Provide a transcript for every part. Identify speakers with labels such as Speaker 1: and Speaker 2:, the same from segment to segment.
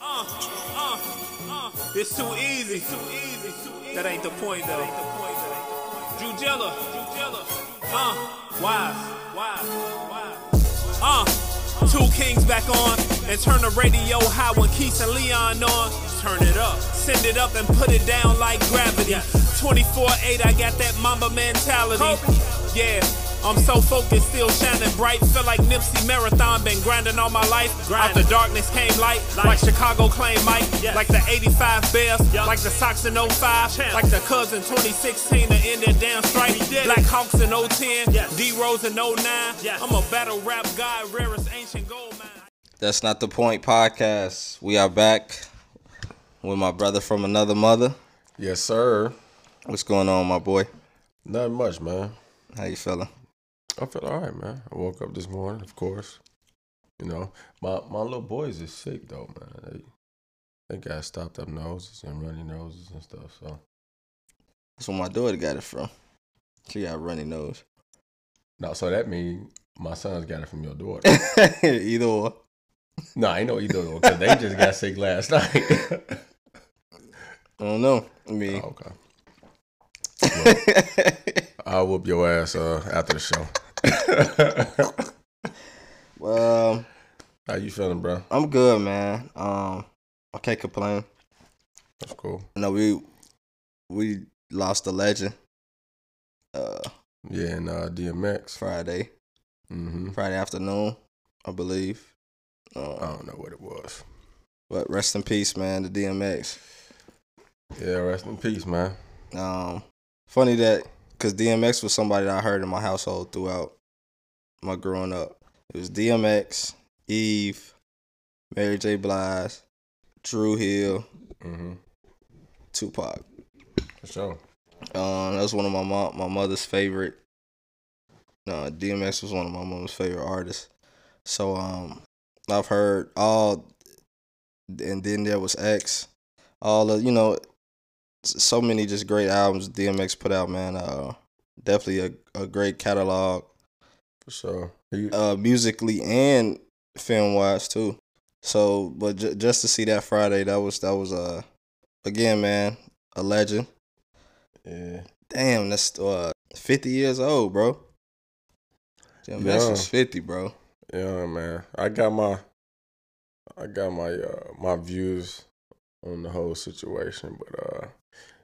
Speaker 1: Uh, uh, uh. It's too easy. It's too easy. It's too easy. That ain't the point, though. That ain't the point. That ain't the point. Drugella. Drugella. Uh, wise. Wise. Wise. Uh, two kings back on. And turn the radio high when Keith and Leon on. Turn it up. Send it up and put it down like gravity. 24 8, I got that mama mentality. Yeah. I'm so focused, still shining bright. Feel like Nipsey Marathon, been grinding all my life. Out the darkness came light, like Chicago claim Mike, like the 85 Bears, like the Sox in 05, like the Cubs in 2016 to end that damn strike. Black Hawks in 010, D Rose in 09. I'm a battle rap guy, rarest ancient gold mine.
Speaker 2: That's not the point podcast. We are back with my brother from another mother.
Speaker 3: Yes, sir.
Speaker 2: What's going on, my boy?
Speaker 3: Not much, man.
Speaker 2: How you feeling?
Speaker 3: I feel all right, man. I woke up this morning, of course. You know, my my little boys is sick though, man. They they got stopped up noses and runny noses and stuff. So
Speaker 2: That's where my daughter got it from. She got a runny nose.
Speaker 3: no, so that means my son's got it from your daughter.
Speaker 2: Either or.
Speaker 3: no, I ain't know either because they just got sick last night.
Speaker 2: I don't know. I mean,
Speaker 3: Oh, okay, I'll whoop your ass uh, after the show.
Speaker 2: well,
Speaker 3: How you feeling, bro?
Speaker 2: um, I'm good, man. Um, I can't complain.
Speaker 3: That's cool.
Speaker 2: I know we we lost a legend. Uh,
Speaker 3: Yeah, and uh, DMX.
Speaker 2: Friday,
Speaker 3: hmm
Speaker 2: Friday afternoon, I believe. Uh,
Speaker 3: I don't know what it was.
Speaker 2: But rest in peace, man, to DMX.
Speaker 3: Yeah, rest in peace, man.
Speaker 2: Um, funny that because DMX was somebody that I heard in my household throughout my growing up. It was DMX, Eve, Mary J. Blige, Drew Hill,
Speaker 3: hmm
Speaker 2: Tupac.
Speaker 3: For sure.
Speaker 2: Um, that was one of my mom, my mother's favorite. Uh, No, DMX was one of my mom's favorite artists. So um, I've heard all, and then there was X. All of you know, s- so many just great albums DMX put out, man. Uh, definitely a, a great catalog,
Speaker 3: For sure. He-
Speaker 2: uh, musically and film wise too. So, but j- just to see that Friday, that was that was uh, again, man, a legend.
Speaker 3: yeah.
Speaker 2: Damn, that's uh, 50 years old, bro. Jim Max
Speaker 3: Yeah.
Speaker 2: was 50, bro.
Speaker 3: Yeah, man. I got my I got my uh my views on the whole situation, but uh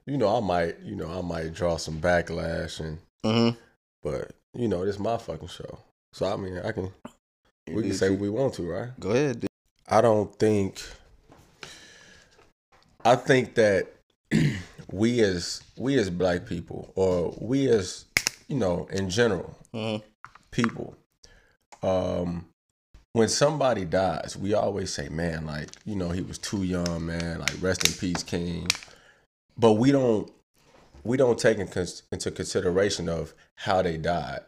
Speaker 3: you know, I might, you know, I might draw some backlash and
Speaker 2: Mm-hmm.
Speaker 3: but you know, this my fucking show. So I mean, I can we can say what we want to, right?
Speaker 2: Go ahead, dude.
Speaker 3: I don't think I think that we as we as black people or we as you know, in general,
Speaker 2: Mm-hmm.
Speaker 3: people. Um, when somebody dies, we always say, "Man, like you know, he was too young, man. Like rest in peace, King." But we don't we don't take in cons- into consideration of how they died,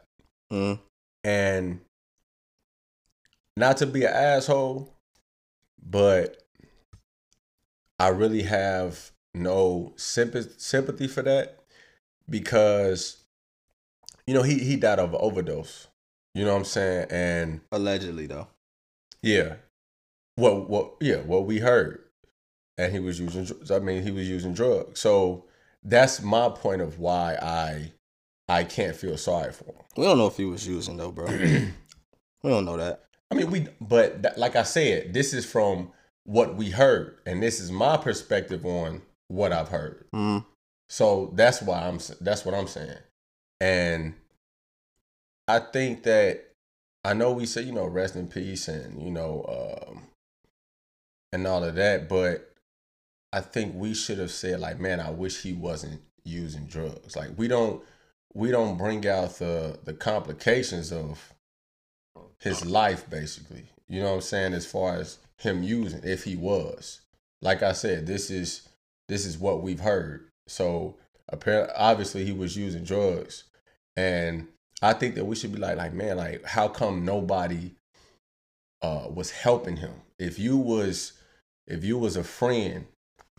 Speaker 2: Mm-hmm.
Speaker 3: and not to be an asshole, but I really have no sympathy sympathy for that because you know he he died of an overdose. You know what I'm saying? And
Speaker 2: Allegedly, though.
Speaker 3: yeah, what what yeah what we heard, and he was using. dr- I mean, he was using drugs. So that's my point of why I I can't feel sorry for him.
Speaker 2: We don't know if he was using, though, bro. we don't know that.
Speaker 3: I mean, we, but th- like I said, this is from what we heard, and this is my perspective on what I've heard.
Speaker 2: Mm-hmm.
Speaker 3: So that's why I'm, s- that's what I'm saying. And I think that, I know we say, you know, rest in peace and, you know, um, and all of that, but I think we should have said, like, man, I wish he wasn't using drugs. Like, we don't, we don't bring out the the complications of his life basically you know what i'm saying as far as him using if he was like i said this is this is what we've heard so apparently obviously he was using drugs and i think that we should be like like man like how come nobody uh was helping him if you was if you was a friend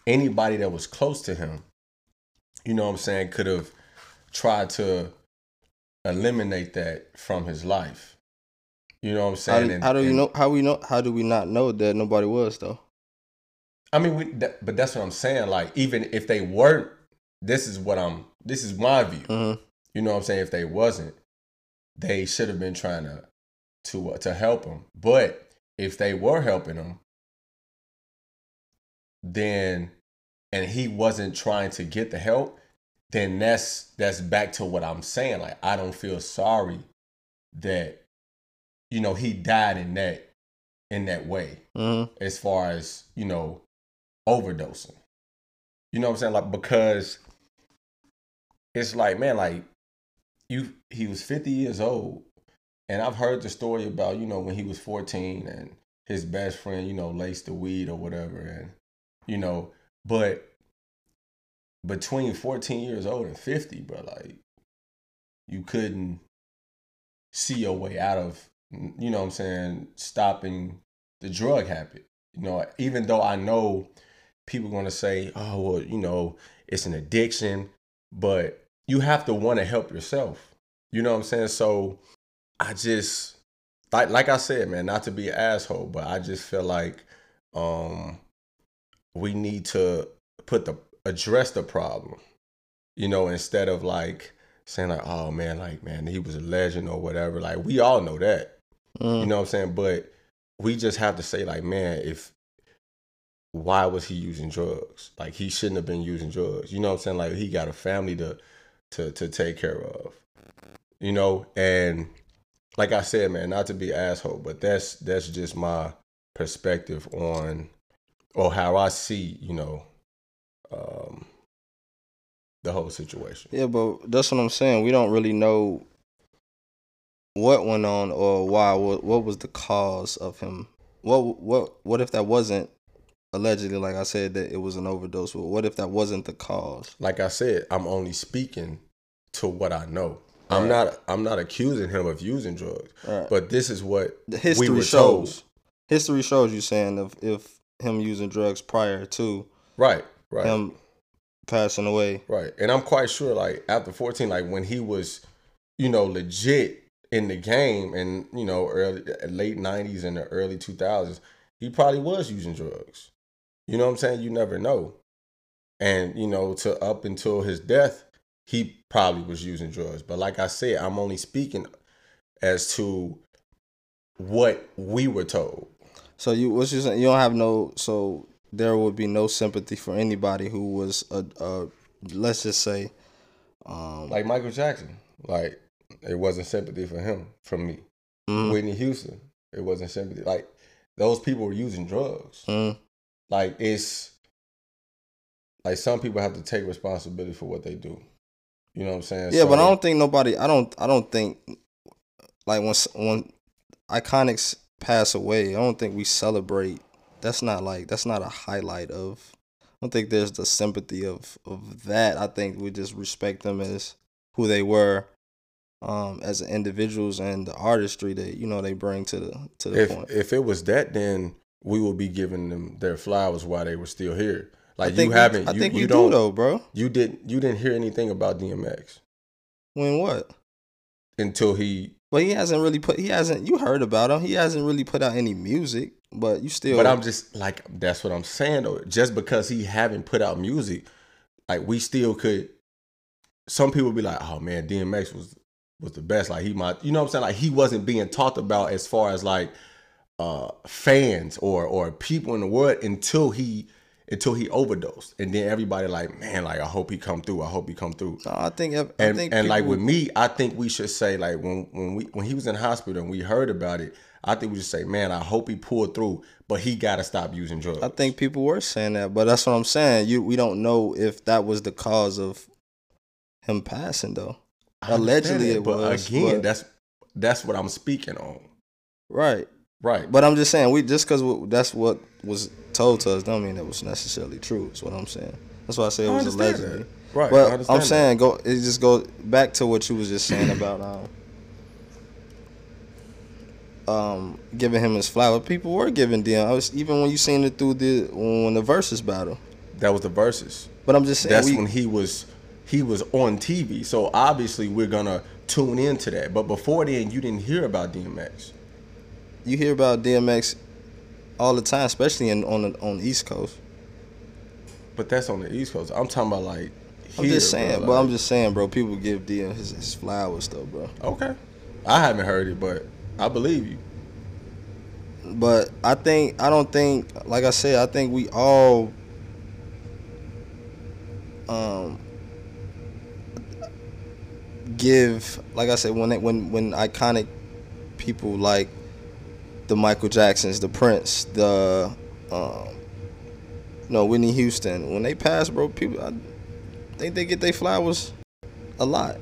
Speaker 3: anybody that was close to him you know what i'm saying could have tried to eliminate that from his life you know what i'm
Speaker 2: How,
Speaker 3: saying
Speaker 2: do- how do you know? How we know? How do we not know that nobody was though?
Speaker 3: I mean, we, that, but that's what I'm saying. Like, even if they weren't, this is what I'm. This is my view.
Speaker 2: Mhm.
Speaker 3: You know what I'm saying? If they wasn't, they should have been trying to to uh, to help him. But if they were helping him, then and he wasn't trying to get the help, then that's that's back to what I'm saying. Like I don't feel sorry that you know he died in that in that way
Speaker 2: Mhm.
Speaker 3: as far as you know overdosing you know what i'm saying like because it's like man like you he was 50 years old and i've heard the story about you know when he was 14 and his best friend you know laced the weed or whatever and you know but between 14 years old and 50 bro like you couldn't see your way out of you know what i'm saying stopping the drug habit. You know, even though I know people going to say, "Oh, well, you know, it's an addiction," but you have to want to help yourself. You know what I'm saying? So I just like like I said, man, not to be an asshole, but I just feel like um we need to put the address the problem. You know, instead of like saying like, "Oh man, like man, he was a legend or whatever." Like we all know that. You
Speaker 2: Mhm.
Speaker 3: know what I'm saying? But we just have to say, like, man, if why was he using drugs? Like he shouldn't have been using drugs. You know what I'm saying? Like he got a family to to to take care of. You know, and like I said, man, not to be an asshole, but that's that's just my perspective on or how I see, you know, um the whole situation.
Speaker 2: Yeah, but that's what I'm saying. We don't really know what went on or why. What what was the cause of him? What what what if that wasn't allegedly? Like I said, that it was an overdose. But what if that wasn't the cause?
Speaker 3: like I said, I'm only speaking to what I know. I'm not I'm not accusing him of using drugs,
Speaker 2: Right.
Speaker 3: but this is what
Speaker 2: The
Speaker 3: we
Speaker 2: history
Speaker 3: were
Speaker 2: shows.
Speaker 3: told.
Speaker 2: History shows you saying if if him using drugs prior to
Speaker 3: Right, right,
Speaker 2: him passing away.
Speaker 3: right. And I'm quite sure, like after 14, like when he was, you know, legit in the game, and you know, early late 90s and the early 2000s, he probably was using drugs. You know what I'm saying? You never know. And you know, to up until his death, he probably was using drugs. But like I said, I'm only speaking as to what we were told.
Speaker 2: So you what you saying? You don't have no. So there would be no sympathy for anybody who was a, a let's just say, um,
Speaker 3: Like Michael Jackson, like it wasn't sympathy for him from me.
Speaker 2: mm,
Speaker 3: Whitney Houston, it wasn't sympathy. Like those people were using drugs.
Speaker 2: mm,
Speaker 3: Like it's like some people have to take responsibility for what they do. You know what I'm saying?
Speaker 2: yeah. But I
Speaker 3: So-
Speaker 2: don't think nobody. I don't. I don't think like when s- when iconics pass away. I don't think we celebrate. That's not like that's not a highlight of. I don't think there's the sympathy of of that. I think we just respect them as who they were. Um, as individuals and the artistry that you know they bring to the to the
Speaker 3: if
Speaker 2: point.
Speaker 3: if it was that, then we would be giving them their flowers while they were still here. Like
Speaker 2: I think
Speaker 3: you
Speaker 2: we-
Speaker 3: haven't.
Speaker 2: I
Speaker 3: you,
Speaker 2: think
Speaker 3: you
Speaker 2: we
Speaker 3: don't.
Speaker 2: do though, bro.
Speaker 3: You didn't. You didn't hear anything about DMX
Speaker 2: When what?
Speaker 3: until he.
Speaker 2: But he hasn't really put. He hasn't. You heard about him. He hasn't really put out any music. But you still.
Speaker 3: But I'm just like that's what I'm saying though. Just because he haven't put out music, like we still could. Some people be like, "Oh man, DMX was was the best." Like he might, you know what I'm saying? Like he wasn't being talked about as far as like uh fans or or people in the world until he until he overdosed, and then everybody like, "Man, like I hope he come through. I hope he come through."
Speaker 2: No, I think. ev- I
Speaker 3: and
Speaker 2: think
Speaker 3: and like
Speaker 2: people-
Speaker 3: with me, I think we should say like when when we when he was in hospital and we heard about it, I think we should say, man, I hope he pulled through, but he got to stop using drugs.
Speaker 2: I think people were saying that, but that's what I'm saying. You. We don't know if that was the cause of him passing though.
Speaker 3: I understand
Speaker 2: allegedly
Speaker 3: that,
Speaker 2: it
Speaker 3: but
Speaker 2: was,
Speaker 3: again,
Speaker 2: but-
Speaker 3: that's that's what I'm speaking on,
Speaker 2: Right.
Speaker 3: right?
Speaker 2: But I'm just saying we just because that's what was told to us don't mean that was necessarily true. Is what I'm saying. That's why I say it
Speaker 3: I
Speaker 2: was
Speaker 3: understand
Speaker 2: allegedly.
Speaker 3: that. Right, I
Speaker 2: But
Speaker 3: understand
Speaker 2: I'm
Speaker 3: that.
Speaker 2: saying go. It just goes back to what you was just saying about um, um, giving him his flower. People were giving DM. I was even when you seen it through the when the versus battle.
Speaker 3: that was the verses.
Speaker 2: But I'm just saying
Speaker 3: That's
Speaker 2: we,
Speaker 3: when he was he was on TV, so obviously we're gonna tune into that. But before then, you didn't hear about DMX.
Speaker 2: you hear about DMX all the time, especially in on the, on the East Coast.
Speaker 3: But that's on the East Coast. I'm talking about like.
Speaker 2: I'm
Speaker 3: here,
Speaker 2: just saying,
Speaker 3: bro,
Speaker 2: but I'm
Speaker 3: like-
Speaker 2: just saying, bro. People give DM his, his flowers though, bro.
Speaker 3: Okay. I haven't heard it, but I believe you.
Speaker 2: But I think I don't think, like I said, I think we all. Um. Give like I said when it, when when iconic people like the Michael Jacksons, the Prince, the um, no Whitney Houston when they pass, bro, people I think they get their flowers a lot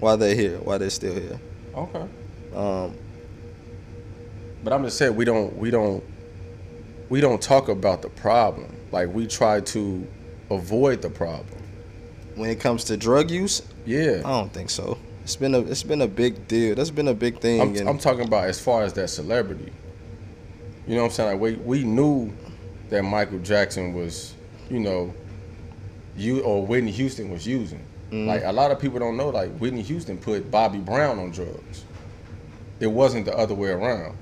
Speaker 2: while they're here, while they're still here.
Speaker 3: Okay.
Speaker 2: Um,
Speaker 3: But I'm just saying we don't we don't we don't talk about the problem. Like we try to avoid the problem.
Speaker 2: when it comes to drug use,
Speaker 3: Yeah.
Speaker 2: I don't think so. It's been a it's been a big deal. That's been a big thing.
Speaker 3: I'm,
Speaker 2: and
Speaker 3: I'm talking about as far as that celebrity. You know what I'm saying? Like we we knew that Michael Jackson was, you know, you or Whitney Houston was using.
Speaker 2: Mm-hmm.
Speaker 3: Like a lot of people don't know, like Whitney Houston put Bobby Brown on drugs. It wasn't the other way around.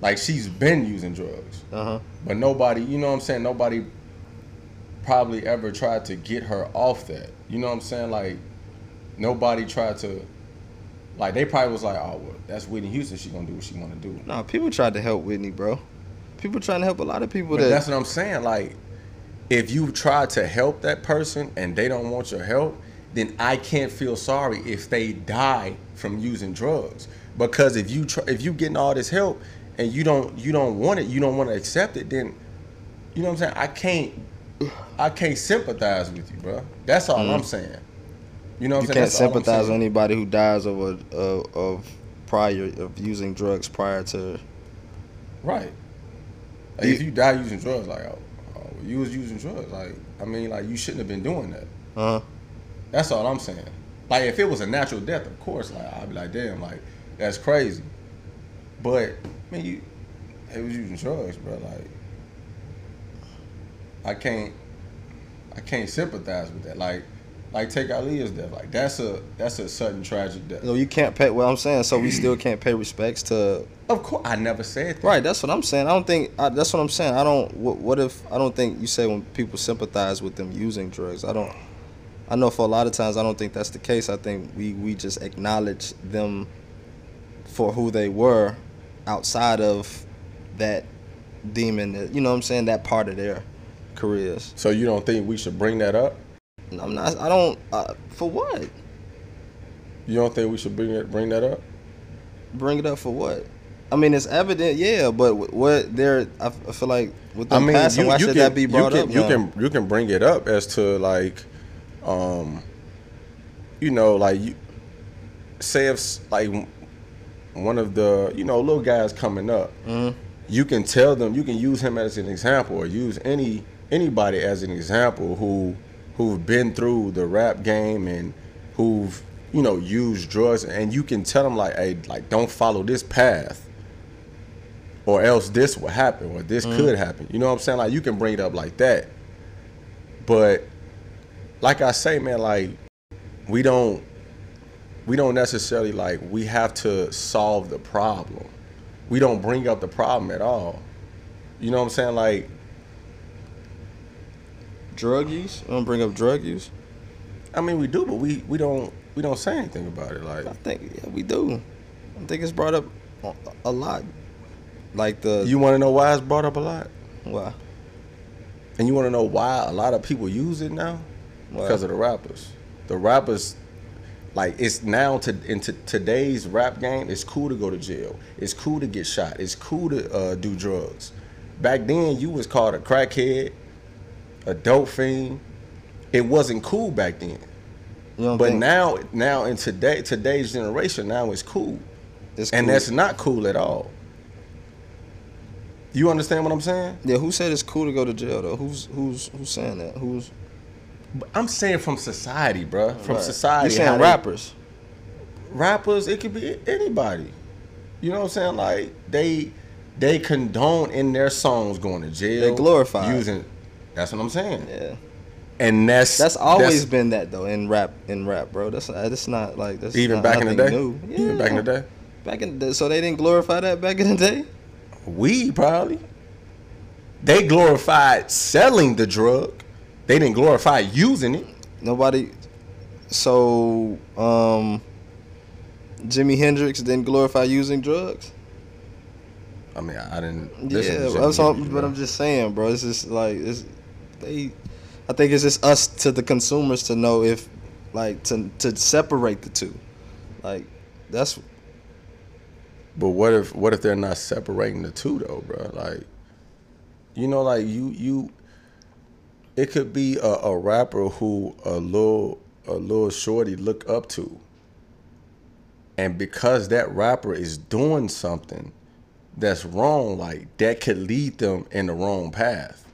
Speaker 3: Like she's been using drugs,
Speaker 2: uh-huh.
Speaker 3: but nobody, you know what I'm saying? Nobody probably ever tried to get her off that. You know what I'm saying? Like nobody tried to like they probably was like, oh well, that's Whitney Houston. She gonna do what she wanna do.
Speaker 2: Nah, people tried to help Whitney, bro. People trying to help a lot of people
Speaker 3: But
Speaker 2: that
Speaker 3: that's what I'm saying. Like if you try to help that person and they don't want your help, then I can't feel sorry if they die from using drugs. Because if you try, if you getting all this help and you don't you don't want it, you don't want to accept it, then you know what I'm saying. I can't I can't sympathize with you, bro. That's all I'm saying. You know what
Speaker 2: Mm. you can't
Speaker 3: I'm saying. That's all I'm
Speaker 2: sympathize
Speaker 3: saying.
Speaker 2: with anybody who dies of a of, of prior of using drugs prior to
Speaker 3: Right. Like, if you die using drugs, like oh, oh, you was using drugs, like I mean, like you shouldn't have been doing that.
Speaker 2: uh
Speaker 3: That's all I'm saying. Like if it was a natural death, of course, like I'd be like, damn, like that's crazy. But man, you, it was using drugs, bro. Like I can't, I can't sympathize with that. Like, like take Alia's death. Like that's a that's a sudden tragic death.
Speaker 2: no you can't pay well I'm saying so we still can't pay respects to
Speaker 3: Of course, I never said that.
Speaker 2: right that's what I'm saying I don't think I, that's what I'm saying I don't what, what if I don't think you say when people sympathize with them using drugs I don't I know for a lot of times I don't think that's the case I think we we just acknowledge them for who they were outside of that demon that you know what I'm saying that part of their careers
Speaker 3: So you don't think we should bring that up?
Speaker 2: I'm not. I don't. Uh, for what?
Speaker 3: You don't think we should bring that bring that up?
Speaker 2: Bring it up for what? I mean, it's evident, yeah. But wh- what they're, I f- I feel like with
Speaker 3: I
Speaker 2: them
Speaker 3: mean,
Speaker 2: passing,
Speaker 3: you,
Speaker 2: why
Speaker 3: you
Speaker 2: should
Speaker 3: can,
Speaker 2: that be brought
Speaker 3: you
Speaker 2: up?
Speaker 3: can, You
Speaker 2: now?
Speaker 3: can you can bring it up as to like, um, you know, like you say if s- like w- one of the you know little guys coming up,
Speaker 2: Mm-hmm.
Speaker 3: you can tell them you can use him as an example or use any anybody as an example who who've been through the rap game and who've you know used drugs and you can tell them like hey like don't follow this path or else this will happen or this could happen. You know what I'm saying? Like you can bring it up like that. But like I say, man, like we don't we don't necessarily like we have to solve the problem. We don't bring up the problem at all. You know what I'm saying? Like
Speaker 2: drug use. I don't bring up drug use.
Speaker 3: I mean we do, but we we don't we don't say anything about it. Like
Speaker 2: I think yeah, we do. I think it's brought up a, a lot. Like the
Speaker 3: you want to know why it's brought up a lot,
Speaker 2: why?
Speaker 3: and you want to know why a lot of people use it now
Speaker 2: Why?
Speaker 3: because of the rappers. The rappers like it's now to in to today's rap game it's cool to go to jail it's cool to get shot it's cool to uh, do drugs back then you was called a crackhead a dope fiend it wasn't cool back then
Speaker 2: You don't
Speaker 3: but
Speaker 2: think
Speaker 3: now now in today today's generation now it's cool
Speaker 2: it's
Speaker 3: and
Speaker 2: cool?
Speaker 3: that's not cool at all you understand what i'm saying
Speaker 2: yeah. Who said it's cool to go to jail though? Who's who's who's saying that? Who's
Speaker 3: But i'm saying from society bruh. from
Speaker 2: Right.
Speaker 3: society
Speaker 2: You
Speaker 3: how
Speaker 2: saying
Speaker 3: they-
Speaker 2: rappers?
Speaker 3: rappers, it could be anybody. You know what I'm saying? Like they they condone in their songs going to jail.
Speaker 2: They glorify it.
Speaker 3: using. That's what I'm saying.
Speaker 2: Yeah.
Speaker 3: And that's
Speaker 2: That's always been that though in rap in rap, bro. That's uh, that's not like that's
Speaker 3: even
Speaker 2: not
Speaker 3: back in the day.
Speaker 2: nothing New.
Speaker 3: Even back in the
Speaker 2: Yeah.
Speaker 3: day,
Speaker 2: Back in the, so they didn't glorify that back in the day.
Speaker 3: we probably They glorified selling the drug. They didn't glorify using it.
Speaker 2: Nobody. So, um, Jimi Hendrix didn't glorify using drugs.
Speaker 3: I mean, I didn't. listen
Speaker 2: Yeah,
Speaker 3: to
Speaker 2: but I'm,
Speaker 3: Jimi
Speaker 2: so-
Speaker 3: Hendrix,
Speaker 2: but
Speaker 3: bro.
Speaker 2: I'm just saying, bro. It's just like it's they. I think it's just us to the consumers to know if, like, to to separate the two. Like, that's
Speaker 3: But what if what if they're not separating the two though, bro? Like, you know, like you you. It could be a, a rapper who a little a little shorty look up to. And because that rapper is doing something that's wrong, like that could lead them in the wrong path.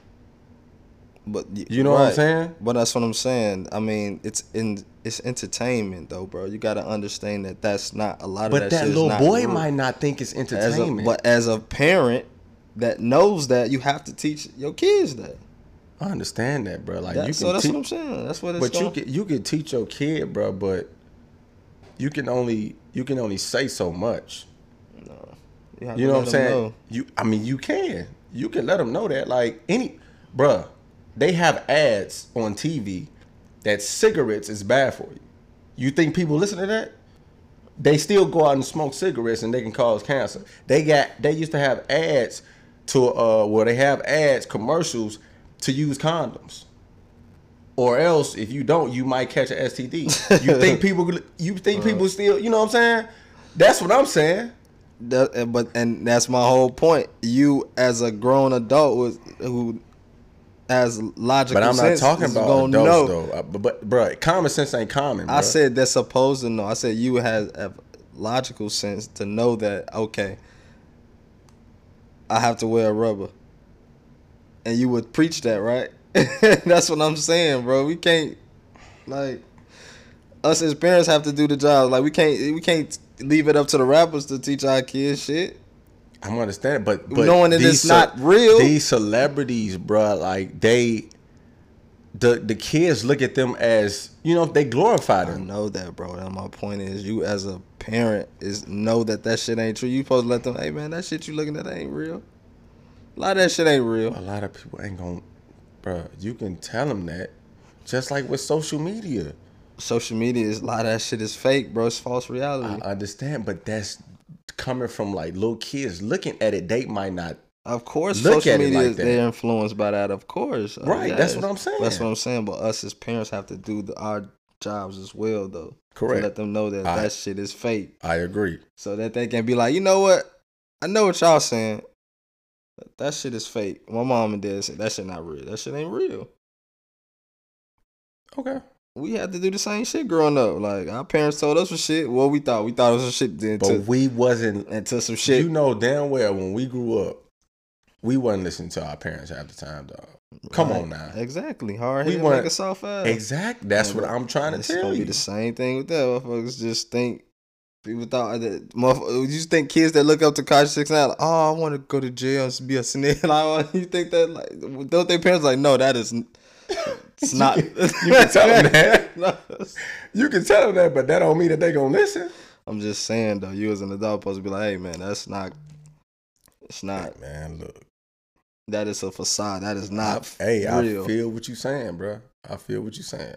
Speaker 2: But y-
Speaker 3: You know what I'm saying?
Speaker 2: But that's what I'm saying. I mean, it's in it's entertainment though, bro. You got to understand that that's not a lot of
Speaker 3: But that,
Speaker 2: shit is
Speaker 3: little
Speaker 2: not
Speaker 3: boy
Speaker 2: real.
Speaker 3: might not think it's
Speaker 2: As a,
Speaker 3: entertainment.
Speaker 2: but as a parent that knows that, you have to teach your kids that.
Speaker 3: I understand that, bro. Like
Speaker 2: That-
Speaker 3: you
Speaker 2: so
Speaker 3: can
Speaker 2: that's
Speaker 3: teach,
Speaker 2: what I'm saying. That's what it's.
Speaker 3: but you
Speaker 2: going-
Speaker 3: can you can teach your kid, bro. But you can only you can only say so much.
Speaker 2: have
Speaker 3: You
Speaker 2: to
Speaker 3: know what
Speaker 2: let
Speaker 3: I'm
Speaker 2: 'em
Speaker 3: saying?
Speaker 2: know.
Speaker 3: You, I mean, you can you can let them know that. Like any, bruh, they have ads on TV that cigarettes is bad for you. You think people listen to that? They still go out and smoke cigarettes and they can cause cancer. They got they used to have ads to uh well they have ads commercials to use condoms. Or else if you don't you might catch an STD. You think people you think people still, you know what I'm saying? That's what I'm saying.
Speaker 2: That, and- but and that's my whole point. You as a grown adult was, who has logical
Speaker 3: But I'm not
Speaker 2: sense
Speaker 3: talking
Speaker 2: is
Speaker 3: about
Speaker 2: gonna
Speaker 3: adults
Speaker 2: know.
Speaker 3: though. Uh, But, but bro, common sense ain't common. Bro.
Speaker 2: I said they're supposed to know. I said you has a logical sense to know that okay, I have to wear a rubber, and you would preach that, right? That's what I'm saying, bro. We can't like us as parents have to do the job. Like we can't we can't leave it up to the rappers to teach our kids shit.
Speaker 3: I'm understanding, but, but
Speaker 2: Knowing that it's
Speaker 3: ce-
Speaker 2: not real.
Speaker 3: These celebrities, bro, like they, the the kids look at them as you know they glorify
Speaker 2: I
Speaker 3: them.
Speaker 2: know that, bro. And my point is, you as a parent is know that that shit ain't true. You supposed to let them, hey man, that shit you looking at ain't real. A lot of that shit ain't real.
Speaker 3: A lot of people ain't gonna, bro. You can tell them that, just like with social media.
Speaker 2: social media is a lot of that shit is fake, bro. It's false
Speaker 3: I
Speaker 2: reality.
Speaker 3: understand, but that's coming from like little kids looking at it. They might not.
Speaker 2: of course,
Speaker 3: look
Speaker 2: social
Speaker 3: at it
Speaker 2: media
Speaker 3: like
Speaker 2: is
Speaker 3: that.
Speaker 2: they're influenced by that. Of course, Uh,
Speaker 3: Right, that's what I'm saying.
Speaker 2: That's what I'm saying. But us as parents have to do the, our jobs as well, though.
Speaker 3: Correct.
Speaker 2: To let them know that
Speaker 3: I-
Speaker 2: that shit is fake,
Speaker 3: I agree.
Speaker 2: so that they can be like, you know what? I know what y'all saying. but That shit is fake. My mom and dad said that shit not real. That shit ain't real.
Speaker 3: Okay.
Speaker 2: We had to do the same shit growing up. Like our parents told us some shit. What we thought, we thought it was some shit. Then
Speaker 3: But
Speaker 2: to,
Speaker 3: we wasn't
Speaker 2: until some shit.
Speaker 3: You know damn well when we grew up, we wasn't listening to our parents half the time, dog. Come
Speaker 2: Right.
Speaker 3: on now.
Speaker 2: Exactly. Hard
Speaker 3: We
Speaker 2: hit
Speaker 3: want-
Speaker 2: like a soft ass.
Speaker 3: Exact. That's what I'm trying to
Speaker 2: It's gonna
Speaker 3: tell
Speaker 2: be
Speaker 3: you.
Speaker 2: the same thing with that. Motherfuckers just think people thought that motherfuckers. You just think kids that look up to College Six now, like, oh, I want to go to jail and be a snitch. Like, you think that like don't their parents like, no, that is n- it's not. you
Speaker 3: can tell 'em that.
Speaker 2: no.
Speaker 3: You can tell them that, but that don't mean that they gonna listen.
Speaker 2: I'm just saying though, you as an adult supposed to be like, hey man, that's not. It's not.
Speaker 3: Man, look.
Speaker 2: That is a facade. That is not.
Speaker 3: hey,
Speaker 2: real.
Speaker 3: I feel what you saying, bro. I feel what you saying.